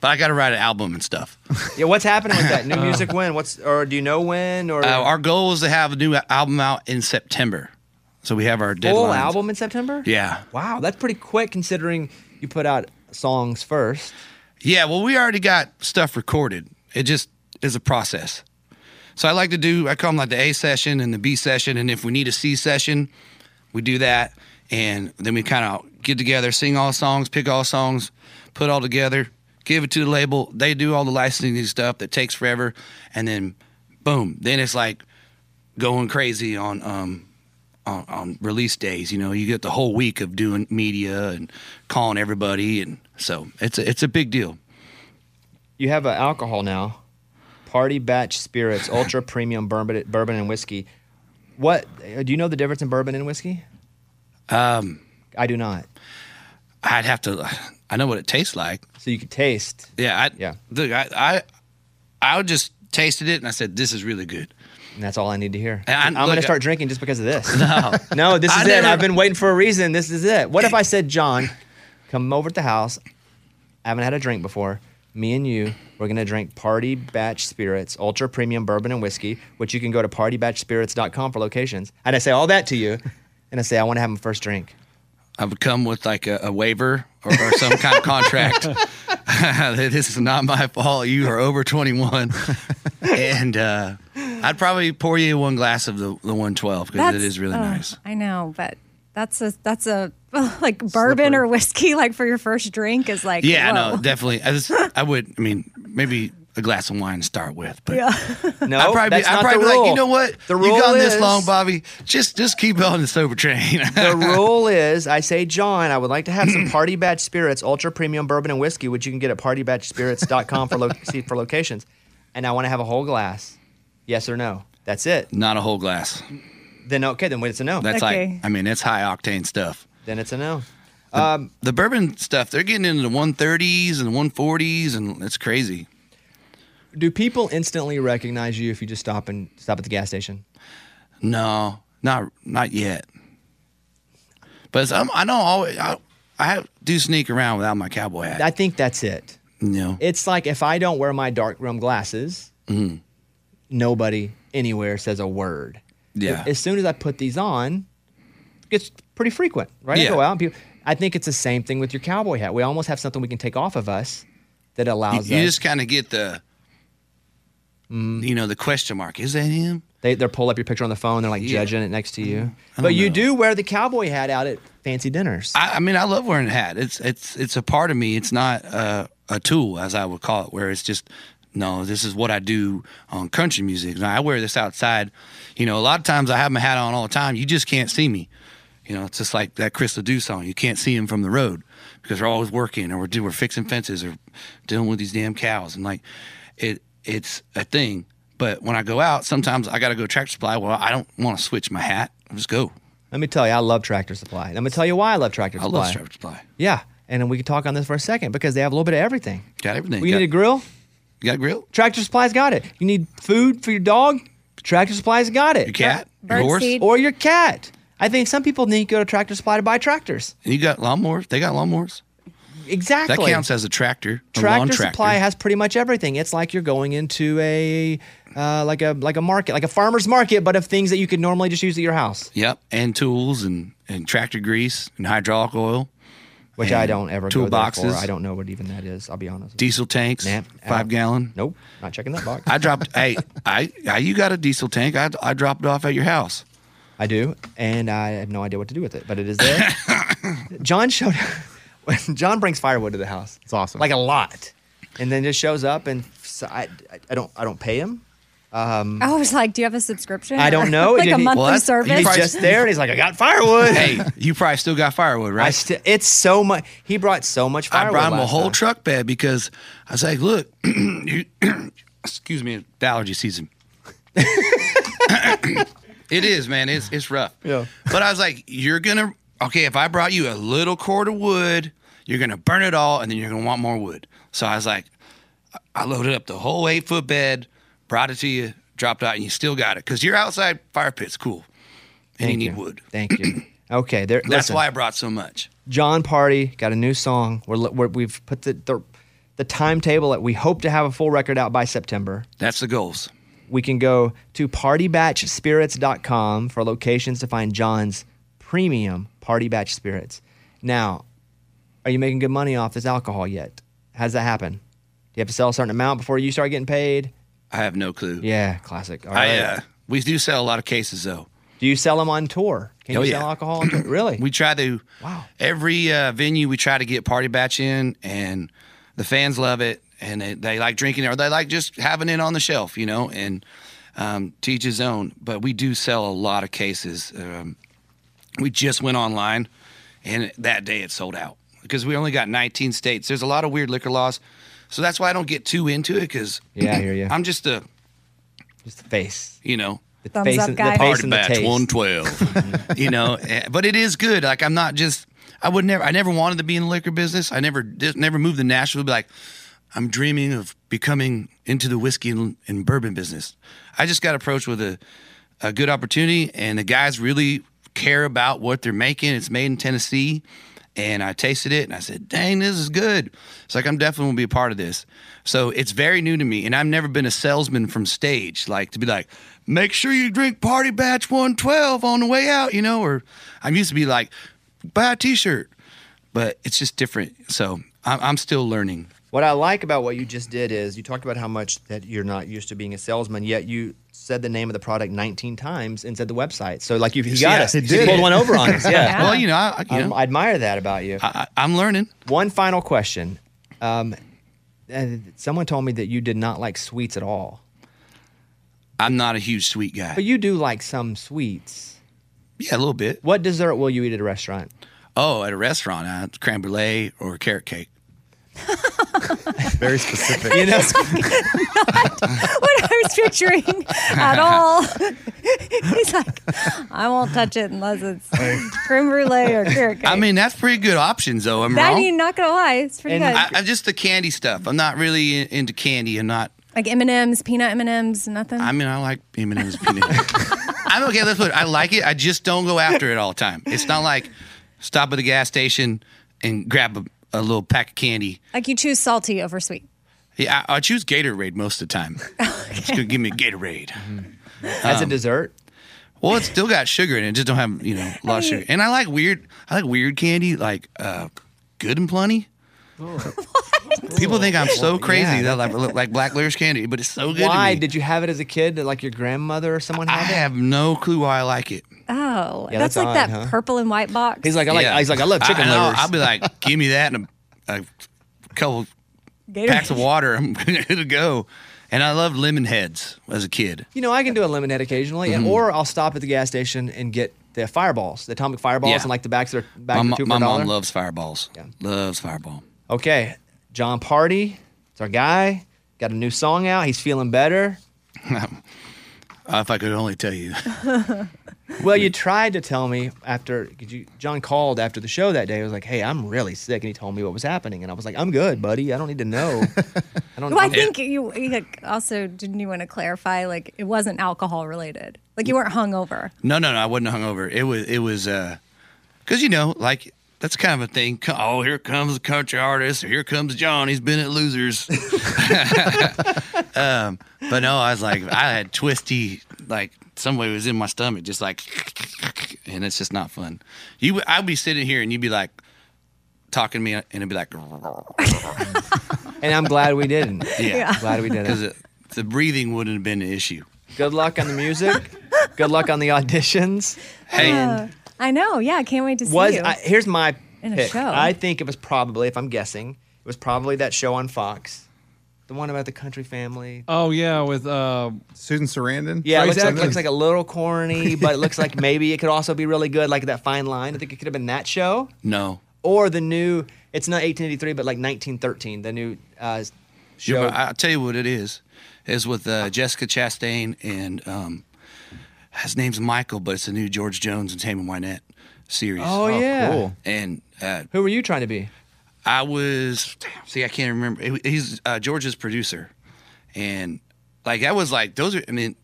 [SPEAKER 18] But I got to write an album and stuff.
[SPEAKER 1] [LAUGHS] Yeah, what's happening with that? New music when? What's or do you know when or
[SPEAKER 18] Uh, our goal is to have a new album out in September. So we have our
[SPEAKER 1] full
[SPEAKER 18] deadlines.
[SPEAKER 1] album in September?
[SPEAKER 18] Yeah.
[SPEAKER 1] Wow, that's pretty quick considering you put out songs first.
[SPEAKER 18] Yeah, well, we already got stuff recorded. It just is a process. So I like to do, I call them like the A session and the B session. And if we need a C session, we do that. And then we kind of get together, sing all songs, pick all songs, put all together, give it to the label. They do all the licensing stuff that takes forever. And then boom, then it's like going crazy on, um, on, on release days, you know, you get the whole week of doing media and calling everybody, and so it's a, it's a big deal.
[SPEAKER 1] You have an alcohol now. Party batch spirits,
[SPEAKER 18] [LAUGHS]
[SPEAKER 1] ultra premium bourbon, bourbon and whiskey. What uh, do you know the difference in bourbon and whiskey?
[SPEAKER 18] Um,
[SPEAKER 1] I do not.
[SPEAKER 18] I'd have to. I know what it tastes like.
[SPEAKER 1] So you could taste.
[SPEAKER 18] Yeah, I, yeah. Look, I, I, I just tasted it and I said, "This is really good."
[SPEAKER 1] And that's all I need to hear.
[SPEAKER 18] I,
[SPEAKER 1] I'm going to
[SPEAKER 18] look,
[SPEAKER 1] start
[SPEAKER 18] I-
[SPEAKER 1] drinking just because of this.
[SPEAKER 18] [LAUGHS] No.
[SPEAKER 1] no, this
[SPEAKER 18] I
[SPEAKER 1] is it.
[SPEAKER 18] never-
[SPEAKER 1] I've been waiting for a reason. This is it. What if I said, John, come over to the house. I haven't had a drink before. Me and you, we're going to drink Party Batch Spirits, ultra premium bourbon and whiskey, which you can go to partybatchspirits.com for locations. And I say all that to you. And I say, I want to have my first drink.
[SPEAKER 18] I would come with like a, a waiver or, or some kind of contract. [LAUGHS] that this is not my fault. You are over 21, and uh, I'd probably pour you one glass of the, the 112 because it
[SPEAKER 4] That's-
[SPEAKER 18] is really
[SPEAKER 4] oh,
[SPEAKER 18] nice.
[SPEAKER 4] I know, but that's a that's a [LAUGHS] like bourbon or whiskey like for your first drink is like
[SPEAKER 18] yeah,
[SPEAKER 4] whoa. [LAUGHS]
[SPEAKER 18] no, definitely. I, just, I would. I mean, maybe a glass of wine to start with, but
[SPEAKER 4] yeah.
[SPEAKER 1] No,
[SPEAKER 18] [LAUGHS] I'd probably,
[SPEAKER 1] that's
[SPEAKER 18] be, I'd
[SPEAKER 1] not
[SPEAKER 18] probably
[SPEAKER 1] the
[SPEAKER 18] be
[SPEAKER 1] rule.
[SPEAKER 18] like, you know what?
[SPEAKER 1] The rule
[SPEAKER 18] You've gone
[SPEAKER 1] is-
[SPEAKER 18] this long, Bobby. Just just keep on the sober train.
[SPEAKER 1] [LAUGHS]
[SPEAKER 18] [LAUGHS]
[SPEAKER 1] the rule is I say, John, I would like to have some Party Batch Spirits, ultra premium bourbon and whiskey, which you can get at partybatchspirits.com for, lo- see, for locations. And I want to have a whole glass. Yes or no? That's it.
[SPEAKER 18] Not a whole glass.
[SPEAKER 1] Then, okay, then wait, it's a no.
[SPEAKER 18] That's like, I mean, it's high octane stuff.
[SPEAKER 1] Then it's a no.
[SPEAKER 18] The, the bourbon stuff, they're getting into the 130s and 140s, and it's crazy.
[SPEAKER 1] Do people instantly recognize you if you just stop and stop at the gas station?
[SPEAKER 18] No, not not yet. But some, I know always I, I have, do sneak around without my cowboy hat.
[SPEAKER 1] I think that's it.
[SPEAKER 18] No.
[SPEAKER 1] It's like if I don't wear my dark rim glasses,
[SPEAKER 18] Mhm.
[SPEAKER 1] nobody anywhere says a word.
[SPEAKER 18] Yeah.
[SPEAKER 1] As soon as I put these on, it's pretty frequent, right? I
[SPEAKER 18] Yeah.
[SPEAKER 1] go out and people. I think it's the same thing with your cowboy hat. We almost have something we can take off of us that
[SPEAKER 18] You,
[SPEAKER 1] allows
[SPEAKER 18] you
[SPEAKER 1] us.
[SPEAKER 18] just kind of get the,
[SPEAKER 1] Mm-hmm.
[SPEAKER 18] you know, the question mark. Is that him?
[SPEAKER 1] They they pull up your picture on the phone. They're like judging it next to you.
[SPEAKER 18] I
[SPEAKER 1] But
[SPEAKER 18] don't
[SPEAKER 1] you do wear the cowboy hat out at fancy dinners.
[SPEAKER 18] I, I mean, I love wearing a hat. It's it's it's a part of me. It's not uh, a tool, as I would call it, where it's just no. This is what I do on country music. Now, I wear this outside. You know, a lot of times I have my hat on all the time. You just can't see me. You know, it's just like that Chris Ledoux song. You can't see him from the road because we're always working or we're do, we're fixing fences or dealing with these damn cows and like it. It's a thing. But when I go out, sometimes I got to go tractor supply. Well, I don't want to switch my hat. I just go.
[SPEAKER 1] Let me tell you, I love Tractor Supply. And I'm gonna tell you why I love Tractor
[SPEAKER 18] I
[SPEAKER 1] Supply.
[SPEAKER 18] love tractor supply.
[SPEAKER 1] Yeah, and then we can talk on this for a second because they have a little bit of everything.
[SPEAKER 18] Got everything.
[SPEAKER 1] We
[SPEAKER 18] Got-
[SPEAKER 1] need a grill.
[SPEAKER 18] You got a grill?
[SPEAKER 1] Tractor Supply's got it. You need food for your dog. Tractor Supply's got it. Your
[SPEAKER 18] cat, your Bird horse? seed.
[SPEAKER 1] or your cat. I think some people need to go to Tractor Supply to buy tractors.
[SPEAKER 18] And you got lawnmowers. They got lawnmowers.
[SPEAKER 1] Exactly.
[SPEAKER 18] That counts as a tractor. A lawn
[SPEAKER 1] Tractor
[SPEAKER 18] tractor.
[SPEAKER 1] Supply has pretty much everything. It's like you're going into a uh, like a like a market, like a farmer's market, but of things that you could normally just use at your house.
[SPEAKER 18] Yep, and tools and and tractor grease and hydraulic oil,
[SPEAKER 1] Which I
[SPEAKER 18] and
[SPEAKER 1] don't ever go there for.
[SPEAKER 18] toolboxes.
[SPEAKER 1] I don't know what even that is. I'll be honest.
[SPEAKER 18] Diesel tanks, five gallon.
[SPEAKER 1] uh, Nope, not checking that
[SPEAKER 18] [LAUGHS]
[SPEAKER 1] box.
[SPEAKER 18] I dropped. hey, I, I you got a diesel tank? I I dropped it off at your house.
[SPEAKER 1] I do, and I have no idea what to do with it, but it is
[SPEAKER 18] [COUGHS]
[SPEAKER 1] there. John showed. [LAUGHS] John brings firewood to the house. It's awesome, like a lot, and then just shows up, and so I, I- I don't I don't pay him. Um,
[SPEAKER 4] I was like, do you have a subscription?
[SPEAKER 1] I don't know.
[SPEAKER 4] [LAUGHS] like
[SPEAKER 1] Did
[SPEAKER 4] a
[SPEAKER 1] he-
[SPEAKER 4] monthly
[SPEAKER 1] What?
[SPEAKER 4] service.
[SPEAKER 1] He's just there, and he's like, I got firewood.
[SPEAKER 18] hey, you probably still got firewood, right?
[SPEAKER 1] I still it's so much. He brought so much
[SPEAKER 18] I
[SPEAKER 1] firewood.
[SPEAKER 18] brought him a
[SPEAKER 1] last
[SPEAKER 18] whole
[SPEAKER 1] time.
[SPEAKER 18] truck bed because I was like, look, [CLEARS THROAT] you, excuse me, the allergy season. [COUGHS] it is, man. It's it's rough. Yeah. But I was like, you're gonna okay. If I brought you a little cord of wood, you're gonna burn it all, and then you're gonna want more wood. So I was like, I loaded up the whole eight foot bed, brought it to you, dropped out, and you still got it because your outside fire pit's cool, and
[SPEAKER 1] Thank
[SPEAKER 18] you need
[SPEAKER 1] you.
[SPEAKER 18] wood.
[SPEAKER 1] Thank
[SPEAKER 18] [COUGHS]
[SPEAKER 1] you. Okay, there.
[SPEAKER 18] That's
[SPEAKER 1] listen.
[SPEAKER 18] why I brought so much.
[SPEAKER 1] John Party got a new song. We're, we're, we've put the, the the timetable that we hope to have a full record out by September.
[SPEAKER 18] That's the goals.
[SPEAKER 1] We can go to partybatchspirits.com for locations to find John's premium party batch spirits. Now, are you making good money off this alcohol yet? How does that happen? Do you have to sell a certain amount before you start getting paid?
[SPEAKER 18] I have no clue.
[SPEAKER 1] Yeah, classic. All
[SPEAKER 18] I,
[SPEAKER 1] right.
[SPEAKER 18] uh, we do sell a lot of cases though.
[SPEAKER 1] Do you sell them on tour? Can
[SPEAKER 18] Oh,
[SPEAKER 1] you
[SPEAKER 18] yeah.
[SPEAKER 1] sell alcohol on tour? Really?
[SPEAKER 18] [CLEARS THROAT] We try to
[SPEAKER 1] Wow.
[SPEAKER 18] every uh, venue we try to get party batch in, and the fans love it, and they, they like drinking it, or they like just having it on the shelf, you know. And um, to each his own. But we do sell a lot of cases. Um, we just went online, and that day it sold out because we only got 19 states. There's a lot of weird liquor laws, so that's why I don't get too into it because
[SPEAKER 1] Yeah, I hear you.
[SPEAKER 18] [LAUGHS] I'm just a
[SPEAKER 1] just the face,
[SPEAKER 18] you know.
[SPEAKER 1] The Thumbs face up, and- the guys. face
[SPEAKER 18] Party
[SPEAKER 1] and the
[SPEAKER 18] batch
[SPEAKER 1] taste.
[SPEAKER 18] 112. [LAUGHS] you know, eh, but it is good. Like I'm not just I would never I never wanted to be in the liquor business. I never did- never moved to Nashville to be like I'm dreaming of becoming into the whiskey and, and bourbon business. I just got approached with a a good opportunity and the guys really care about what they're making. It's made in Tennessee. And I tasted it and I said, dang, this is good. It's like, I'm definitely gonna be a part of this. So it's very new to me. And I've never been a salesman from stage, like to be like, make sure you drink Party Batch 112 on the way out, you know, or I'm used to be like, buy a t shirt, but it's just different. So I'm, I'm still learning.
[SPEAKER 1] What I like about what you just did is you talked about how much that you're not used to being a salesman, yet you said the name of the product 19 times and said the website. So like you, he
[SPEAKER 18] See,
[SPEAKER 1] got
[SPEAKER 18] I-
[SPEAKER 1] us.
[SPEAKER 18] I
[SPEAKER 1] He
[SPEAKER 18] did.
[SPEAKER 1] pulled one over
[SPEAKER 18] [LAUGHS]
[SPEAKER 1] on us. Yeah.
[SPEAKER 18] Yeah. Well, you know, I- you
[SPEAKER 1] Um,
[SPEAKER 18] know.
[SPEAKER 1] admire that about you.
[SPEAKER 18] I, I'm learning.
[SPEAKER 1] One final question. Um, uh, someone told me that you did not like sweets at all,
[SPEAKER 18] I'm not a huge sweet guy.
[SPEAKER 1] but you do like some sweets.
[SPEAKER 18] Yeah, a little bit.
[SPEAKER 1] What dessert will you eat at a
[SPEAKER 18] [LAUGHS]
[SPEAKER 1] restaurant?
[SPEAKER 18] Oh, at a restaurant, I had creme brulee or carrot cake.
[SPEAKER 5] Very
[SPEAKER 1] [LAUGHS]
[SPEAKER 5] specific.
[SPEAKER 1] You know,
[SPEAKER 4] what I was picturing at all. [LAUGHS] He's like, I won't touch it unless it's creme
[SPEAKER 1] [LAUGHS]
[SPEAKER 4] brulee or carrot cake.
[SPEAKER 18] I mean, that's pretty good options, though. I'm
[SPEAKER 4] that
[SPEAKER 18] wrong.
[SPEAKER 4] you're not gonna lie, it's pretty
[SPEAKER 18] and
[SPEAKER 4] good.
[SPEAKER 18] I, I'm just the candy stuff. I'm not really in- into candy. I'm not.
[SPEAKER 4] like M and M's, peanut M and M's, nothing.
[SPEAKER 18] I mean, I like M&M's peanut. I'm okay. Let's put. it. I like it. I just don't go after it all the time. It's not like stop at the gas station and grab a, a little pack of candy.
[SPEAKER 4] Like you choose salty over sweet.
[SPEAKER 18] Yeah, I, I choose Gatorade most of the time. It's gonna give me Gatorade
[SPEAKER 1] As
[SPEAKER 18] Um,
[SPEAKER 1] a dessert.
[SPEAKER 18] Well, it's still got sugar in it. it Just don't have you know a lot of sugar. And I like weird. I like weird candy, like uh, Good and Plenty. [LAUGHS] People think I'm so
[SPEAKER 1] Oh. Well,
[SPEAKER 18] crazy
[SPEAKER 1] yeah.
[SPEAKER 18] that I look like black licorice candy, but it's so good. to
[SPEAKER 1] Why
[SPEAKER 18] me.
[SPEAKER 1] did you have it as a kid? Did, Like your grandmother or someone? Had I
[SPEAKER 18] have no clue why I like it.
[SPEAKER 4] Oh,
[SPEAKER 1] Yeah,
[SPEAKER 4] that's,
[SPEAKER 1] that's
[SPEAKER 4] like
[SPEAKER 1] odd,
[SPEAKER 4] that
[SPEAKER 1] huh?
[SPEAKER 4] purple and white box.
[SPEAKER 1] He's like, I like.
[SPEAKER 18] Yeah.
[SPEAKER 1] He's like, I love chicken
[SPEAKER 18] and I'll-
[SPEAKER 1] livers.
[SPEAKER 18] I'll
[SPEAKER 1] [LAUGHS]
[SPEAKER 18] be like, give me that and a, a couple
[SPEAKER 4] Gatorade.
[SPEAKER 18] packs of water. I'm [LAUGHS] gonna go. And I loved lemon heads as a kid.
[SPEAKER 1] You know, I can do a lemonade occasionally, and,
[SPEAKER 18] Mhm.
[SPEAKER 1] or I'll stop at the gas station and get the fireballs, the atomic fireballs,
[SPEAKER 18] Yeah.
[SPEAKER 1] and like the backs are back
[SPEAKER 18] my
[SPEAKER 1] of
[SPEAKER 18] mo-
[SPEAKER 1] the two for
[SPEAKER 18] my
[SPEAKER 1] a dollar.
[SPEAKER 18] mom loves fireballs. Loves fireball.
[SPEAKER 1] okay, John Party, it's our guy. Got a new song out. He's feeling better.
[SPEAKER 18] if I could only tell you. [LAUGHS]
[SPEAKER 1] well, you tried to tell me after 'cause you, John called after the show that day. I was like, "Hey, I'm really sick," and he told me what was happening, and I was like, "I'm good, buddy. I don't need to
[SPEAKER 18] [LAUGHS]
[SPEAKER 1] know." I don't.
[SPEAKER 4] Well, I
[SPEAKER 1] I'm-
[SPEAKER 4] think you, you had- also didn't you want to clarify? Like it wasn't alcohol related. Like you weren't hungover.
[SPEAKER 18] No, no, no. I wasn't hungover. It was, it was, uh, cause you know, like that's kind of a thing. Co- Oh, here comes the country artist. Or here comes John. He's been at losers. [LAUGHS] um, but no, I was like, I had twisty, like some way it was in my stomach, just like, and it's just not fun. You, would- I'd be sitting here and you'd be like talking to me and it'd be like, [LAUGHS]
[SPEAKER 1] and I'm glad we didn't.
[SPEAKER 18] yeah,
[SPEAKER 1] Yeah. Glad we didn't.
[SPEAKER 18] [LAUGHS] Cause it, the breathing wouldn't have been an issue.
[SPEAKER 1] good luck on the music. good luck on the auditions.
[SPEAKER 18] Hey.
[SPEAKER 4] Uh, I know. Yeah, I can't wait to see
[SPEAKER 1] was
[SPEAKER 4] you.
[SPEAKER 1] I, here's my
[SPEAKER 4] In a
[SPEAKER 1] pick.
[SPEAKER 4] show.
[SPEAKER 1] I think it was probably, if I'm guessing, it was probably that show on Fox, the one about the country family.
[SPEAKER 3] Oh yeah, with uh,
[SPEAKER 5] Susan Sarandon.
[SPEAKER 1] Yeah, it looks, like, looks like a little corny, but it looks
[SPEAKER 18] [LAUGHS]
[SPEAKER 1] like maybe it could also be really good, like that fine line. I think it could have been that show
[SPEAKER 18] No.
[SPEAKER 1] or the new. It's not 1883, but like 1913, the new. Uh,
[SPEAKER 18] Yeah, but I- I'll tell you what it is. Is with uh, Jessica Chastain and um, his name's Michael, but it's the new George Jones and Tammy Wynette series.
[SPEAKER 1] Oh, Oh, yeah. cool.
[SPEAKER 18] And uh,
[SPEAKER 1] who were you trying to be?
[SPEAKER 18] I was. Damn, see, I can't remember. He- He's uh, George's producer, and like I was like those are. I mean,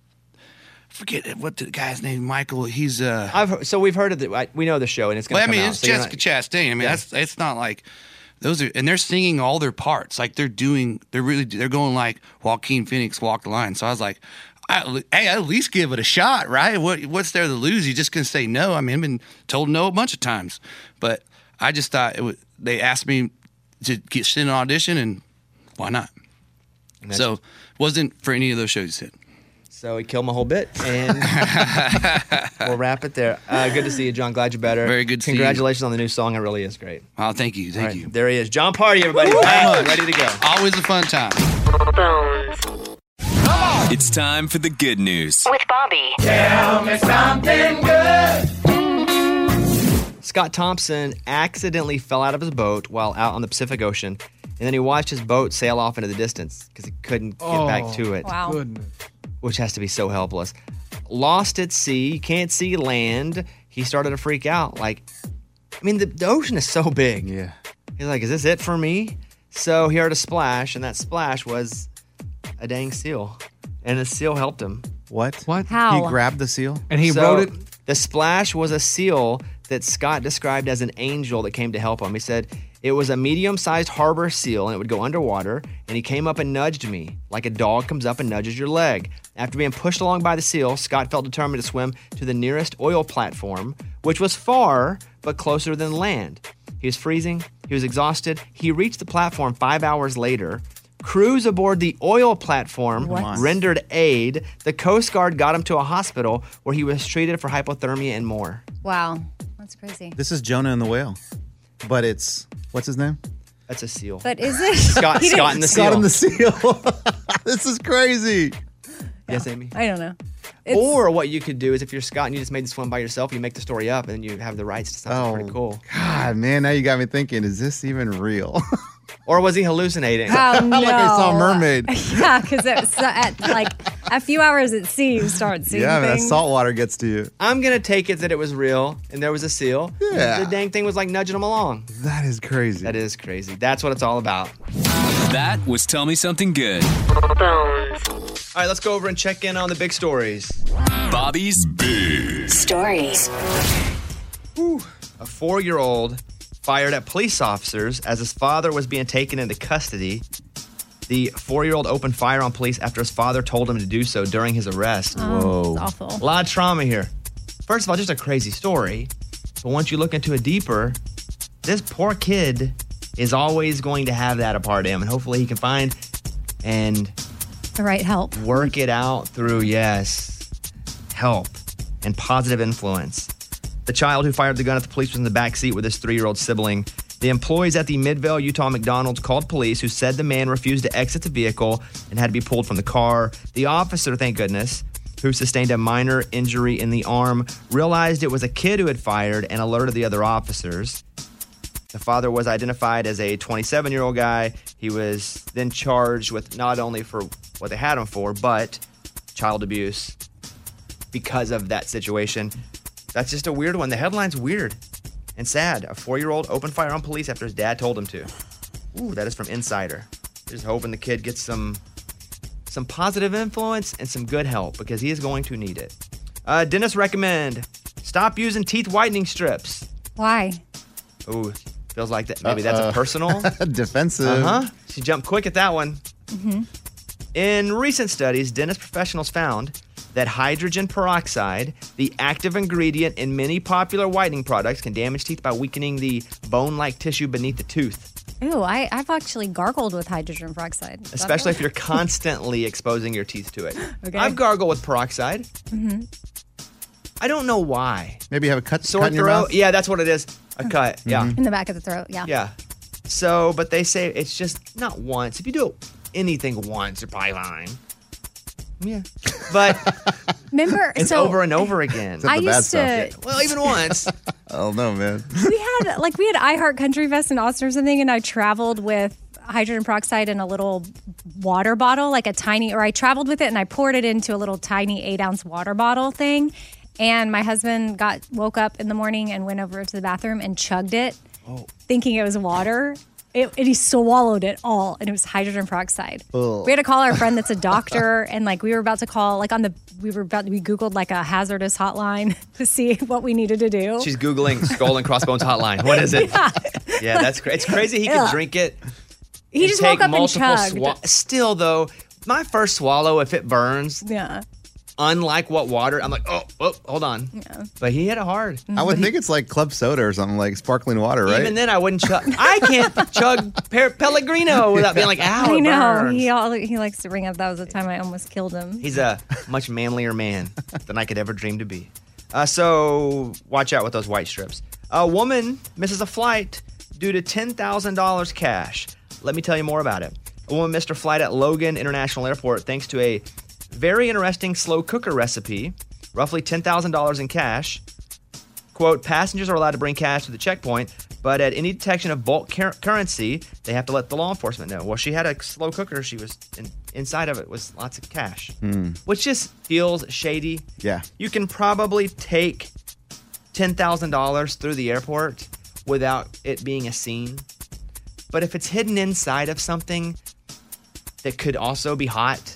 [SPEAKER 18] forget what the guy's name. Michael. He's uh.
[SPEAKER 1] I've heard- so we've heard of the. I- We know the show, and it's
[SPEAKER 18] Well,
[SPEAKER 1] going
[SPEAKER 18] I
[SPEAKER 1] to
[SPEAKER 18] mean,
[SPEAKER 1] come out.
[SPEAKER 18] it's
[SPEAKER 1] so you're
[SPEAKER 18] Jessica
[SPEAKER 1] not-
[SPEAKER 18] Chastain. I mean,
[SPEAKER 1] Yeah.
[SPEAKER 18] that's it's not like those are, and they're singing all their parts. Like they're doing, they're really, they're going like Joaquin Phoenix walked the line. So I was like, I, hey, at least give it a shot, right? What what's there to lose? You're just gonna say no. I mean, I've been told no a bunch of times, but I just thought it was. They asked me to get sent an audition, and why not? So wasn't for any of those shows you said.
[SPEAKER 1] So he killed my whole bit,
[SPEAKER 18] [LAUGHS]
[SPEAKER 1] and we'll wrap it there. Uh, good to see you, John. Glad you're better. Very good.
[SPEAKER 18] to see you.
[SPEAKER 1] Congratulations on the new song. It really is great.
[SPEAKER 18] Oh, thank you, thank you.
[SPEAKER 1] There he is, John Party. Everybody,
[SPEAKER 18] Woo!
[SPEAKER 1] back, ready to go.
[SPEAKER 18] Always a fun time.
[SPEAKER 8] It's time for the good news.
[SPEAKER 11] With Bobby.
[SPEAKER 10] Tell me something good.
[SPEAKER 1] Scott Thompson accidentally fell out of his boat while out on the Pacific Ocean, and then he watched his boat sail off into the distance because he couldn't get back to it. Which has to be so helpless. Lost at sea, can't see land. He started to freak out. Like, I mean, the, the ocean is so big. Yeah. He's like, is this it for me? So he heard a splash, and that splash was a dang seal. And the seal helped him.
[SPEAKER 5] What? What?
[SPEAKER 1] How?
[SPEAKER 5] He grabbed the seal
[SPEAKER 1] So, The splash was a seal that Scott described as an angel that came to help him. He said it was a medium-sized harbor seal and it would go underwater. And he came up and nudged me like a dog comes up and nudges your leg. After being pushed along by the seal, Scott felt determined to swim to the nearest oil platform, which was far but closer than land. He was freezing. He was exhausted. He reached the platform five hours later. Crews aboard the oil platform
[SPEAKER 10] What?
[SPEAKER 1] rendered aid. The Coast Guard got him to a hospital where he was treated for hypothermia and more.
[SPEAKER 4] wow, that's crazy.
[SPEAKER 5] This is Jonah and the whale, but it's what's his name?
[SPEAKER 1] That's a seal.
[SPEAKER 4] But is it
[SPEAKER 1] Scott-
[SPEAKER 4] [LAUGHS] He didn't-
[SPEAKER 1] Scott and the
[SPEAKER 5] Scott
[SPEAKER 1] seal.
[SPEAKER 5] and the seal. [LAUGHS] this is crazy.
[SPEAKER 1] Yes, Amy.
[SPEAKER 4] I don't know.
[SPEAKER 1] or what you could do is if you're Scott and you just made this one by yourself, you make the story up and then you have the rights to something pretty cool.
[SPEAKER 5] Oh, God, man, now you got me thinking. Is this even real? [LAUGHS]
[SPEAKER 1] Or was he hallucinating?
[SPEAKER 4] Oh,
[SPEAKER 5] like I saw
[SPEAKER 4] no.
[SPEAKER 5] a mermaid.
[SPEAKER 4] [LAUGHS] yeah, because it's uh, at like a few hours at sea, you start seeing
[SPEAKER 5] yeah, man, that
[SPEAKER 4] things.
[SPEAKER 5] salt water gets to you.
[SPEAKER 1] I'm gonna take it that it was real and there was a seal.
[SPEAKER 5] Yeah.
[SPEAKER 1] The dang thing was like nudging him along.
[SPEAKER 5] That is crazy.
[SPEAKER 1] That is crazy. That's what it's all about.
[SPEAKER 8] That was Tell Me Something Good.
[SPEAKER 1] All right, let's go over and check in on the big stories.
[SPEAKER 8] Bobby's Big
[SPEAKER 11] Stories.
[SPEAKER 1] a four year old fired at police officers as his father was being taken into custody. The four year old opened fire on police after his father told him to do so during his arrest.
[SPEAKER 4] Oh, that's
[SPEAKER 1] A
[SPEAKER 4] awful.
[SPEAKER 1] lot of trauma here. First of all, just a crazy story. But once you look into it deeper, this poor kid is always going to have that a part of him. And hopefully he can find and
[SPEAKER 4] The right help.
[SPEAKER 1] work it out through, yes, help and positive influence. The child who fired the gun at the police was in the back seat with his three year old sibling. The employees at the Midvale, Utah McDonald's called police, who said the man refused to exit the vehicle and had to be pulled from the car. The officer, thank goodness, who sustained a minor injury in the arm, realized it was a kid who had fired and alerted the other officers. The father was identified as a 27 year old guy. He was then charged with not only for what they had him for, but child abuse because of that situation. That's just a weird one. The headline's weird and sad. A four year old opened fire on police after his dad told him to. Ooh, that is from Insider. Just hoping the kid gets some some positive influence and some good help because he is going to need it. Uh, dentists recommend stop using teeth whitening strips.
[SPEAKER 4] Why?
[SPEAKER 1] Ooh, feels like that. Maybe that's a
[SPEAKER 5] Uh-uh. [LAUGHS]
[SPEAKER 1] personal.
[SPEAKER 5] Defensive.
[SPEAKER 1] Uh huh. She jumped quick at that one.
[SPEAKER 4] Mm-hmm.
[SPEAKER 1] In recent studies, dentist professionals found that hydrogen peroxide, the active ingredient in many popular whitening products, can damage teeth by weakening the bone like tissue beneath the tooth,
[SPEAKER 4] Ooh, I, I've actually gargled with hydrogen peroxide.
[SPEAKER 1] especially
[SPEAKER 5] [LAUGHS]
[SPEAKER 1] if you're constantly exposing your teeth to it.
[SPEAKER 4] Okay.
[SPEAKER 1] I've gargled with peroxide.
[SPEAKER 4] hmm
[SPEAKER 1] I don't know why.
[SPEAKER 5] Maybe you have a Mm-hmm. cut,
[SPEAKER 1] Sore
[SPEAKER 5] cut in your
[SPEAKER 1] throat?
[SPEAKER 5] mouth? Mm-hmm.
[SPEAKER 1] Yeah, that's what it is. A cut. Yeah.
[SPEAKER 4] in the back of the throat. Yeah.
[SPEAKER 1] Yeah. So, but they say it's just not once. If you do anything once, you're probably fine.
[SPEAKER 4] Yeah. [LAUGHS]
[SPEAKER 1] But
[SPEAKER 4] Remember?
[SPEAKER 1] it's
[SPEAKER 4] so
[SPEAKER 1] over and over again.
[SPEAKER 4] I used to.
[SPEAKER 1] Well, even
[SPEAKER 4] [LAUGHS]
[SPEAKER 1] once.
[SPEAKER 5] I don't know,
[SPEAKER 1] [LAUGHS]
[SPEAKER 5] man.
[SPEAKER 4] we had like we had I Heart Country Fest in Austin or something, and I traveled with hydrogen peroxide in a little water bottle, like a tiny, or I traveled with it and I poured it into a little tiny eight ounce water bottle thing. And my husband got woke up in the morning and went over to the bathroom and chugged it, thinking it was water. It, and he swallowed it all, and it was hydrogen peroxide.
[SPEAKER 5] Ugh.
[SPEAKER 4] We had to call our friend that's a doctor, [LAUGHS] and like we were about to call, like on the, we were about, we Googled like a hazardous hotline [LAUGHS] to see what we needed to do.
[SPEAKER 1] She's Googling skull and crossbones hotline. What is it?
[SPEAKER 4] [LAUGHS] Yeah.
[SPEAKER 1] Yeah, that's crazy. It's crazy he could
[SPEAKER 4] Yeah.
[SPEAKER 1] drink it.
[SPEAKER 4] He
[SPEAKER 1] and
[SPEAKER 4] just
[SPEAKER 1] take
[SPEAKER 4] woke up and
[SPEAKER 1] multiple
[SPEAKER 4] chugged.
[SPEAKER 1] swa- Still, though, my first swallow, if it burns,
[SPEAKER 4] yeah.
[SPEAKER 1] unlike what water, I'm like, oh, oh hold on.
[SPEAKER 4] Yeah.
[SPEAKER 1] But he hit it hard.
[SPEAKER 5] I would think it's like club soda or something, like sparkling water, right?
[SPEAKER 1] Even then, I wouldn't chug. I
[SPEAKER 4] [LAUGHS]
[SPEAKER 1] can't chug per- Pellegrino without being like, ow,
[SPEAKER 4] I
[SPEAKER 1] it
[SPEAKER 4] know.
[SPEAKER 1] burns."
[SPEAKER 4] He all, he likes to bring up that was the time I almost killed him.
[SPEAKER 1] He's a much manlier man than I could ever dream to be. Uh, so watch out with those white strips. A woman misses a flight due to $10,000 cash. Let me tell you more about it. A woman missed her flight at Logan International Airport thanks to a very interesting slow cooker recipe, roughly $10,000 in cash. Quote, passengers are allowed to bring cash to the checkpoint, but at any detection of bulk cur- currency, they have to let the law enforcement know. Well, she had a slow cooker. She was in, inside of it was lots of cash,
[SPEAKER 5] Hmm.
[SPEAKER 1] which just feels shady.
[SPEAKER 5] Yeah.
[SPEAKER 1] You can probably take $10,000 through the airport without it being a scene. But if it's hidden inside of something that could also be hot,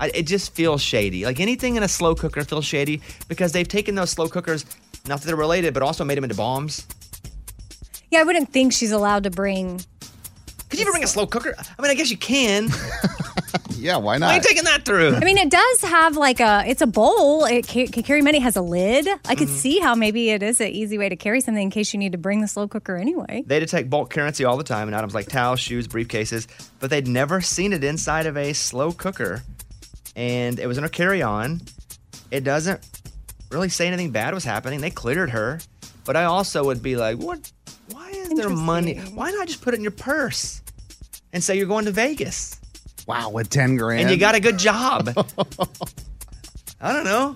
[SPEAKER 1] I, it just feels shady. Like anything in a slow cooker feels shady because they've taken those slow cookers, not that they're related, but also made them into bombs.
[SPEAKER 4] Yeah, I wouldn't think she's allowed to bring.
[SPEAKER 1] Could you ever bring a slow cooker? I mean, I guess you can.
[SPEAKER 5] yeah, why
[SPEAKER 1] I
[SPEAKER 5] [LAUGHS]
[SPEAKER 1] ain't taking that through.
[SPEAKER 4] I mean, it does have like a. It's a bowl. It ca- can carry money. It Has a lid. I could
[SPEAKER 1] Mhm.
[SPEAKER 4] see how maybe it is an easy way to carry something in case you need to bring the slow cooker anyway.
[SPEAKER 1] They detect bulk currency all the time in items like towels, shoes, briefcases, but they'd never seen it inside of a slow cooker. And it was in her carry on. It doesn't really say anything bad was happening. They cleared her. But I also would be like, what? Why is there money? Why not just put it in your purse and say you're going to Vegas?
[SPEAKER 5] Wow, with 10 grand.
[SPEAKER 1] And you got a good job. [LAUGHS] I don't know.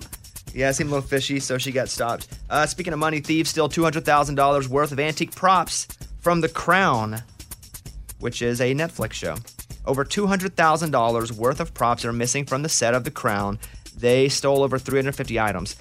[SPEAKER 1] Yeah, it seemed a little fishy, so she got stopped. Uh, speaking of money, thieves steal $200,000 worth of antique props from The Crown, which is a Netflix show. Over $200,000 worth of props are missing from the set of The Crown. They stole over 350 items.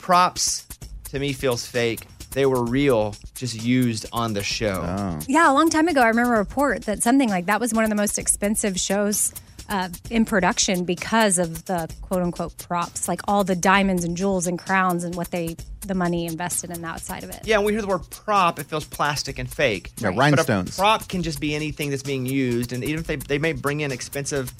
[SPEAKER 1] Props, to me, feels fake. They were real, just used on the show.
[SPEAKER 4] Yeah, a long time ago, I remember a report that something like that was one of the most expensive shows uh, in production because of the quote unquote props, like all the diamonds and jewels and crowns and what they, the money invested in that side of it.
[SPEAKER 1] Yeah, when we hear the word prop, it feels plastic and fake.
[SPEAKER 5] Yeah,
[SPEAKER 1] But a
[SPEAKER 5] rhinestones.
[SPEAKER 1] prop can just be anything that's being used, and even if they they may bring in expensive,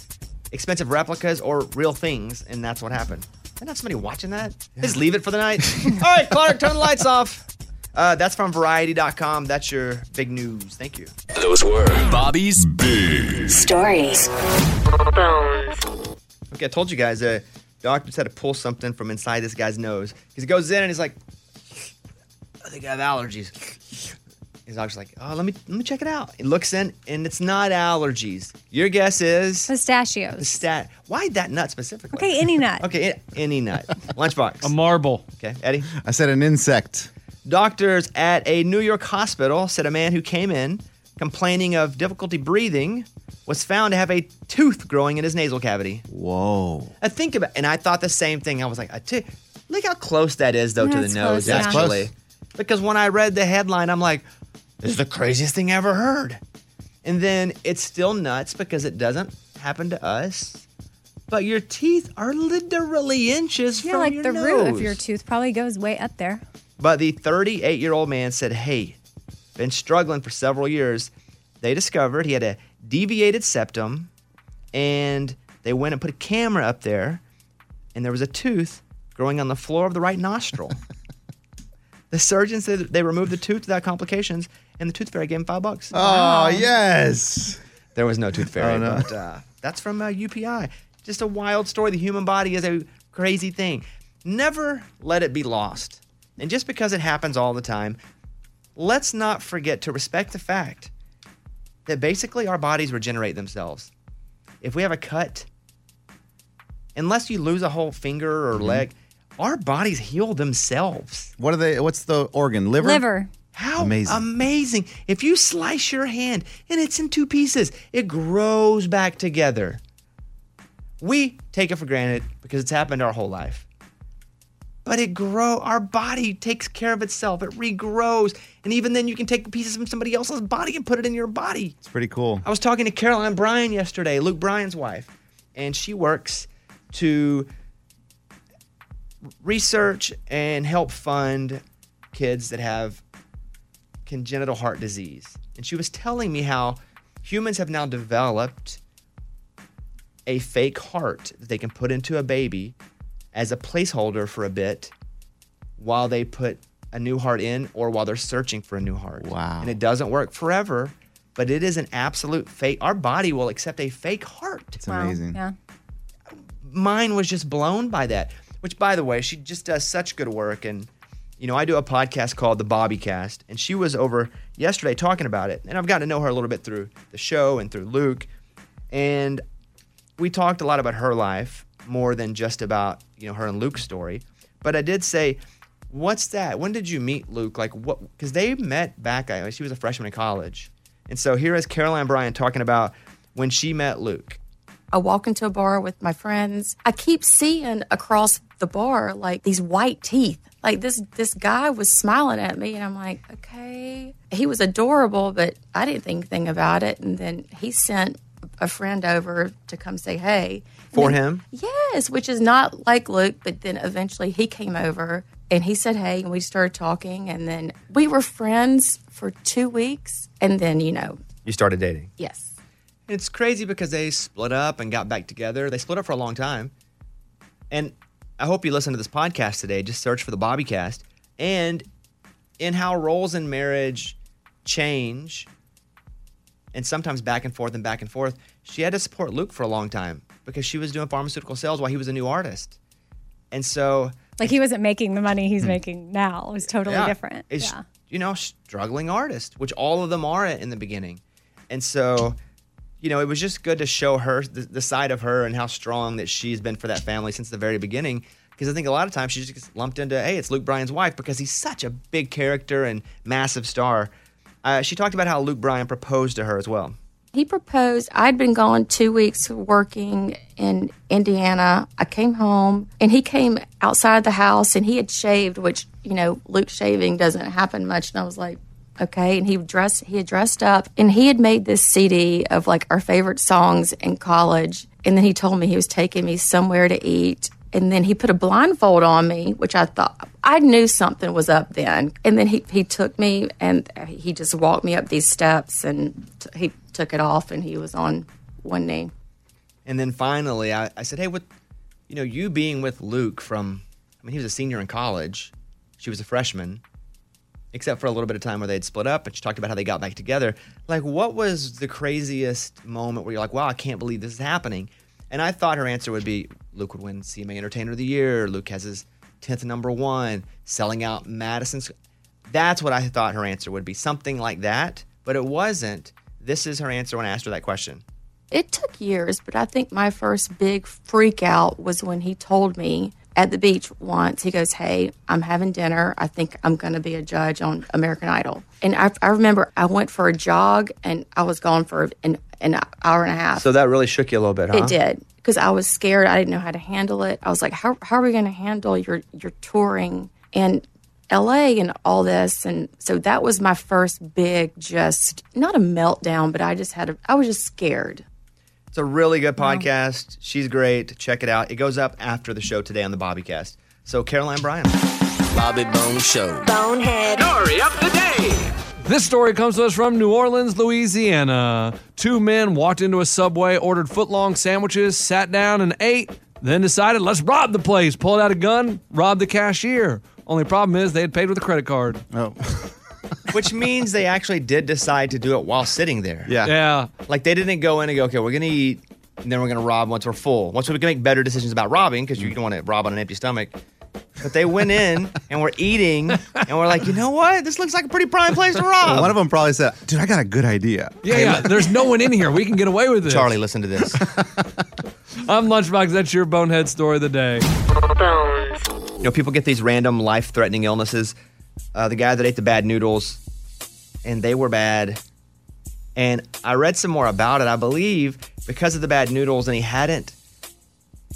[SPEAKER 1] expensive replicas or real things, and that's what happened. Didn't have somebody watching that? Just leave it for the night.
[SPEAKER 5] [LAUGHS]
[SPEAKER 1] All right, Clark, turn the lights off. Uh, that's from Variety.com. That's your big news. Thank you.
[SPEAKER 8] Those were Bobby's Big
[SPEAKER 1] Stories. Okay, I told you guys, uh, doctor just had to pull something from inside this guy's nose. 'Cause He goes in and he's like, I think I have allergies. His doctor's like, oh, let me let me check it out. He looks in and it's not allergies. Your guess is
[SPEAKER 4] pistachios.
[SPEAKER 1] Pistat- Why that nut specifically?
[SPEAKER 4] Okay, any nut.
[SPEAKER 1] Okay, a- any nut. Lunchbox. A
[SPEAKER 3] marble.
[SPEAKER 1] Okay, Eddie.
[SPEAKER 5] I said an insect.
[SPEAKER 1] Doctors at a New York hospital said a man who came in complaining of difficulty breathing was found to have a tooth growing in his nasal cavity.
[SPEAKER 5] Whoa.
[SPEAKER 1] I think about, and I thought the same thing. I was like, a tooth. Look how close that is, though,
[SPEAKER 5] Yeah,
[SPEAKER 1] to the
[SPEAKER 5] it's
[SPEAKER 1] nose,
[SPEAKER 5] close, yeah. That's
[SPEAKER 1] actually.
[SPEAKER 5] close.
[SPEAKER 1] Because when I read the headline, I'm like, this is the craziest thing I ever heard. And then it's still nuts because it doesn't happen to us. But your teeth are literally inches
[SPEAKER 4] Yeah,
[SPEAKER 1] from
[SPEAKER 4] like
[SPEAKER 1] your
[SPEAKER 4] the
[SPEAKER 1] nose.
[SPEAKER 4] root of your tooth probably goes way up there.
[SPEAKER 1] But the 38 year old man said, Hey, been struggling for several years. They discovered he had a deviated septum, and they went and put a camera up there, and there was a tooth growing on the floor of the right nostril. the surgeon said that they removed the tooth without complications, and the tooth fairy gave him five bucks.
[SPEAKER 5] Oh, yes.
[SPEAKER 1] There was no tooth fairy.
[SPEAKER 5] Oh, no.
[SPEAKER 1] but, uh, that's from uh, UPI. Just a wild story. The human body is a crazy thing. Never let it be lost. And just because it happens all the time, let's not forget to respect the fact that basically our bodies regenerate themselves. If we have a cut, unless you lose a whole finger or
[SPEAKER 5] Mm-hmm.
[SPEAKER 1] leg, our bodies heal themselves.
[SPEAKER 5] What are they? What's the organ? Liver?
[SPEAKER 1] How amazing.
[SPEAKER 5] Amazing.
[SPEAKER 1] If you slice your hand and it's in two pieces, it grows back together. We take it for granted because it's happened our whole life. But it grow our body takes care of itself. It regrows. And even then you can take pieces from somebody else's body and put it in your body.
[SPEAKER 5] It's pretty cool.
[SPEAKER 1] I was talking to Caroline Bryan yesterday, Luke Bryan's wife, and she works to research and help fund kids that have congenital heart disease. And she was telling me how humans have now developed a fake heart that they can put into a baby as a placeholder for a bit while they put a new heart in or while they're searching for a new heart. Wow. And it doesn't work forever, but it is an absolute fake. Our body will accept a fake heart. It's
[SPEAKER 4] Yeah.
[SPEAKER 1] mine was just blown by that. Which, by the way, she just does such good work. And, you know, I do a podcast called The Bobby Cast, and she was over yesterday talking about it. And I've gotten to know her a little bit through the show and through Luke. And we talked a lot about her life more than just about, you know, her and Luke's story. But I did say, what's that? When did you meet Luke? Like, what? Because they met back, I, she was a freshman in college. And so here is Caroline Bryan talking about when she met Luke.
[SPEAKER 19] I walk into a bar with my friends. I keep seeing across the bar like these white teeth. Like this this guy was smiling at me and I'm like, "Okay." He was adorable, but I didn't think anything about it and then he sent a friend over to come say, "Hey." And
[SPEAKER 1] For
[SPEAKER 19] then-
[SPEAKER 1] him?
[SPEAKER 19] Yes, which is not like Luke, but then eventually he came over and he said, "Hey," and we started talking and then we were friends for 2 weeks and then, you know,
[SPEAKER 1] You started dating.
[SPEAKER 19] yes.
[SPEAKER 1] It's crazy because they split up and got back together. They split up for a long time. And I hope you listen to this podcast today. Just search for the Bobbycast. And in how roles in marriage change and sometimes back and forth and back and forth, she had to support Luke for a long time because she was doing pharmaceutical sales while he was a new artist. And so
[SPEAKER 4] Like he wasn't making the money he's making now. It was totally
[SPEAKER 1] Hmm. Yeah.
[SPEAKER 4] different.
[SPEAKER 1] It's,
[SPEAKER 4] yeah.
[SPEAKER 1] you know, struggling artist, which all of them are in the beginning. And so, you know, it was just good to show her the, the side of her and how strong that she's been for that family since the very beginning. Because I think a lot of times she just gets lumped into, hey, it's Luke Bryan's wife because he's such a big character and massive star. Uh, she talked about how Luke Bryan proposed to her as well.
[SPEAKER 19] He proposed. I'd been gone two weeks working in Indiana. I came home and he came outside the house and he had shaved, which, you know, Luke shaving doesn't happen much. And I was like,
[SPEAKER 12] Okay, and he dressed. He had dressed up, and he had made this CD of like our favorite songs in college. And then he told me he was taking me somewhere to eat, and then he put a blindfold on me, which I thought I knew something was up then. And then he he took me, and he just walked me up these steps, and t- he took it off, and he was on one knee.
[SPEAKER 1] And then finally, I, I said, hey, what, you know, you being with Luke from, I mean, he was a senior in college, she was a freshman, except for a little bit of time where they had split up, and she talked about how they got back together. Like, what was the craziest moment where you're like, wow, I can't believe this is happening? And I thought her answer would be Luke would win CMA Entertainer of the Year, Luke has his 10th number one, selling out Madison. Squ- That's what I thought her answer would be, something like that, but it wasn't. This is her answer when I asked her that question.
[SPEAKER 12] It took years, but I think my first big freak out was when he told me at the beach once. He goes, Hey, I'm having dinner. I think I'm going to be a judge on American Idol. And I, I remember I went for a jog and I was gone for an, an hour and a half.
[SPEAKER 1] So that really shook you a little bit, huh?
[SPEAKER 12] It did because I was scared. I didn't know how to handle it. I was like, "How, how are we going to handle your your touring and L.A. and all this?" And so that was my first big, just not a meltdown, but I just had a, I was just scared.
[SPEAKER 1] It's a really good podcast. She's great. Check it out. It goes up after the show today on the Bobbycast. So Caroline Bryan. Bobby Bone Show.
[SPEAKER 11] Bonehead. Story of the day.
[SPEAKER 3] This story comes to us from New Orleans, Louisiana. Two men walked into a subway, ordered footlong sandwiches, sat down and ate, then decided, let's rob the place. Pulled out a gun, robbed the cashier. Only problem is they had paid with a credit card.
[SPEAKER 1] Oh. [LAUGHS] Which means they actually did decide to do it while sitting there.
[SPEAKER 3] Yeah. Yeah.
[SPEAKER 1] Like they didn't go in and go, okay, we're going to eat and then we're going to rob once we're full. Once we can make better decisions about robbing because you don't want to rob on an empty stomach. But they went in and were eating and we're like, you know what? This looks like a pretty prime [LAUGHS] place to rob.
[SPEAKER 5] One of them probably said, "Dude, I got a good idea."
[SPEAKER 3] Yeah, yeah. There's no one in here. We can get away with this. Charlie,
[SPEAKER 1] listen to this.
[SPEAKER 3] I'm Lunchbox. That's your bonehead story of the day.
[SPEAKER 1] You know, people get these random life threatening illnesses. Uh, the guy that ate the bad noodles, and they were bad. And I read some more about it, I believe, because of the bad noodles, and he hadn't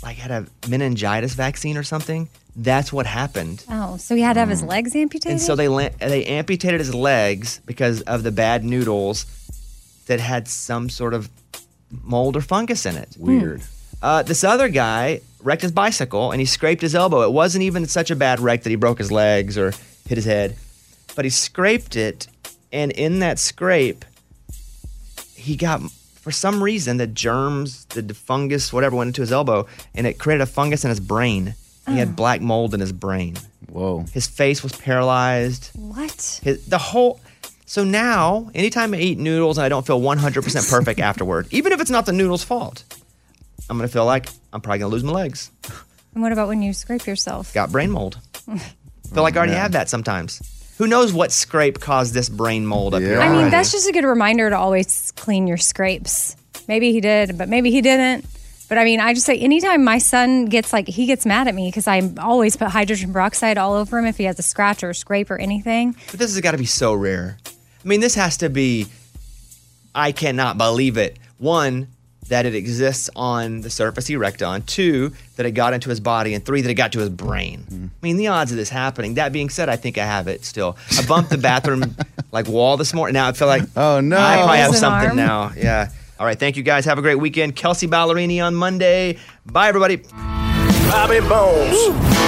[SPEAKER 1] like had a meningitis vaccine or something. That's what happened.
[SPEAKER 4] Oh, so he had to have his legs amputated?
[SPEAKER 1] Hmm. And so they la- they amputated his legs because of the bad noodles that had some sort of mold or fungus in it.
[SPEAKER 4] Weird.
[SPEAKER 1] Uh, this other guy wrecked his bicycle and he scraped his elbow. It wasn't even such a bad wreck that he broke his legs or hit his head, but he scraped it, and in that scrape, he got for some reason the germs, the fungus, whatever went into his elbow, and it created a fungus in his brain. He
[SPEAKER 4] Oh.
[SPEAKER 1] had black mold in his brain.
[SPEAKER 5] Whoa.
[SPEAKER 1] His face was paralyzed.
[SPEAKER 4] What?
[SPEAKER 1] His, the whole. So now, anytime I eat noodles and I don't feel 100%
[SPEAKER 4] [LAUGHS]
[SPEAKER 1] perfect afterward, even if it's not the noodle's fault, I'm going to feel like I'm probably going to lose my legs.
[SPEAKER 4] And what about when you scrape yourself?
[SPEAKER 1] Got brain
[SPEAKER 4] [LAUGHS]
[SPEAKER 1] mold. Feel like I already have that sometimes. Who knows what scrape caused this brain mold up here?
[SPEAKER 4] I
[SPEAKER 1] already?
[SPEAKER 4] mean, that's just a good reminder to always clean your scrapes. Maybe he did, but maybe he didn't. But I mean, I just say anytime my son gets like, he gets mad at me because I always put hydrogen peroxide all over him if he has a scratch or a scrape or anything.
[SPEAKER 1] But this has got to be so rare. I mean, this has to be. I cannot believe it. One, that it exists on the surface he wrecked on. Two, that it got into his body. And three, that it got to his brain. I mean, the odds of this happening. That being said, I think I have it still. I bumped the bathroom [LAUGHS] like wall this morning. Now I feel like oh no, I probably have
[SPEAKER 5] Poison
[SPEAKER 1] something
[SPEAKER 5] arm.
[SPEAKER 1] now. Yeah. All right. Thank you guys. Have a great weekend. Kelsey Ballerini on Monday. Bye everybody.
[SPEAKER 6] Bobby Bones.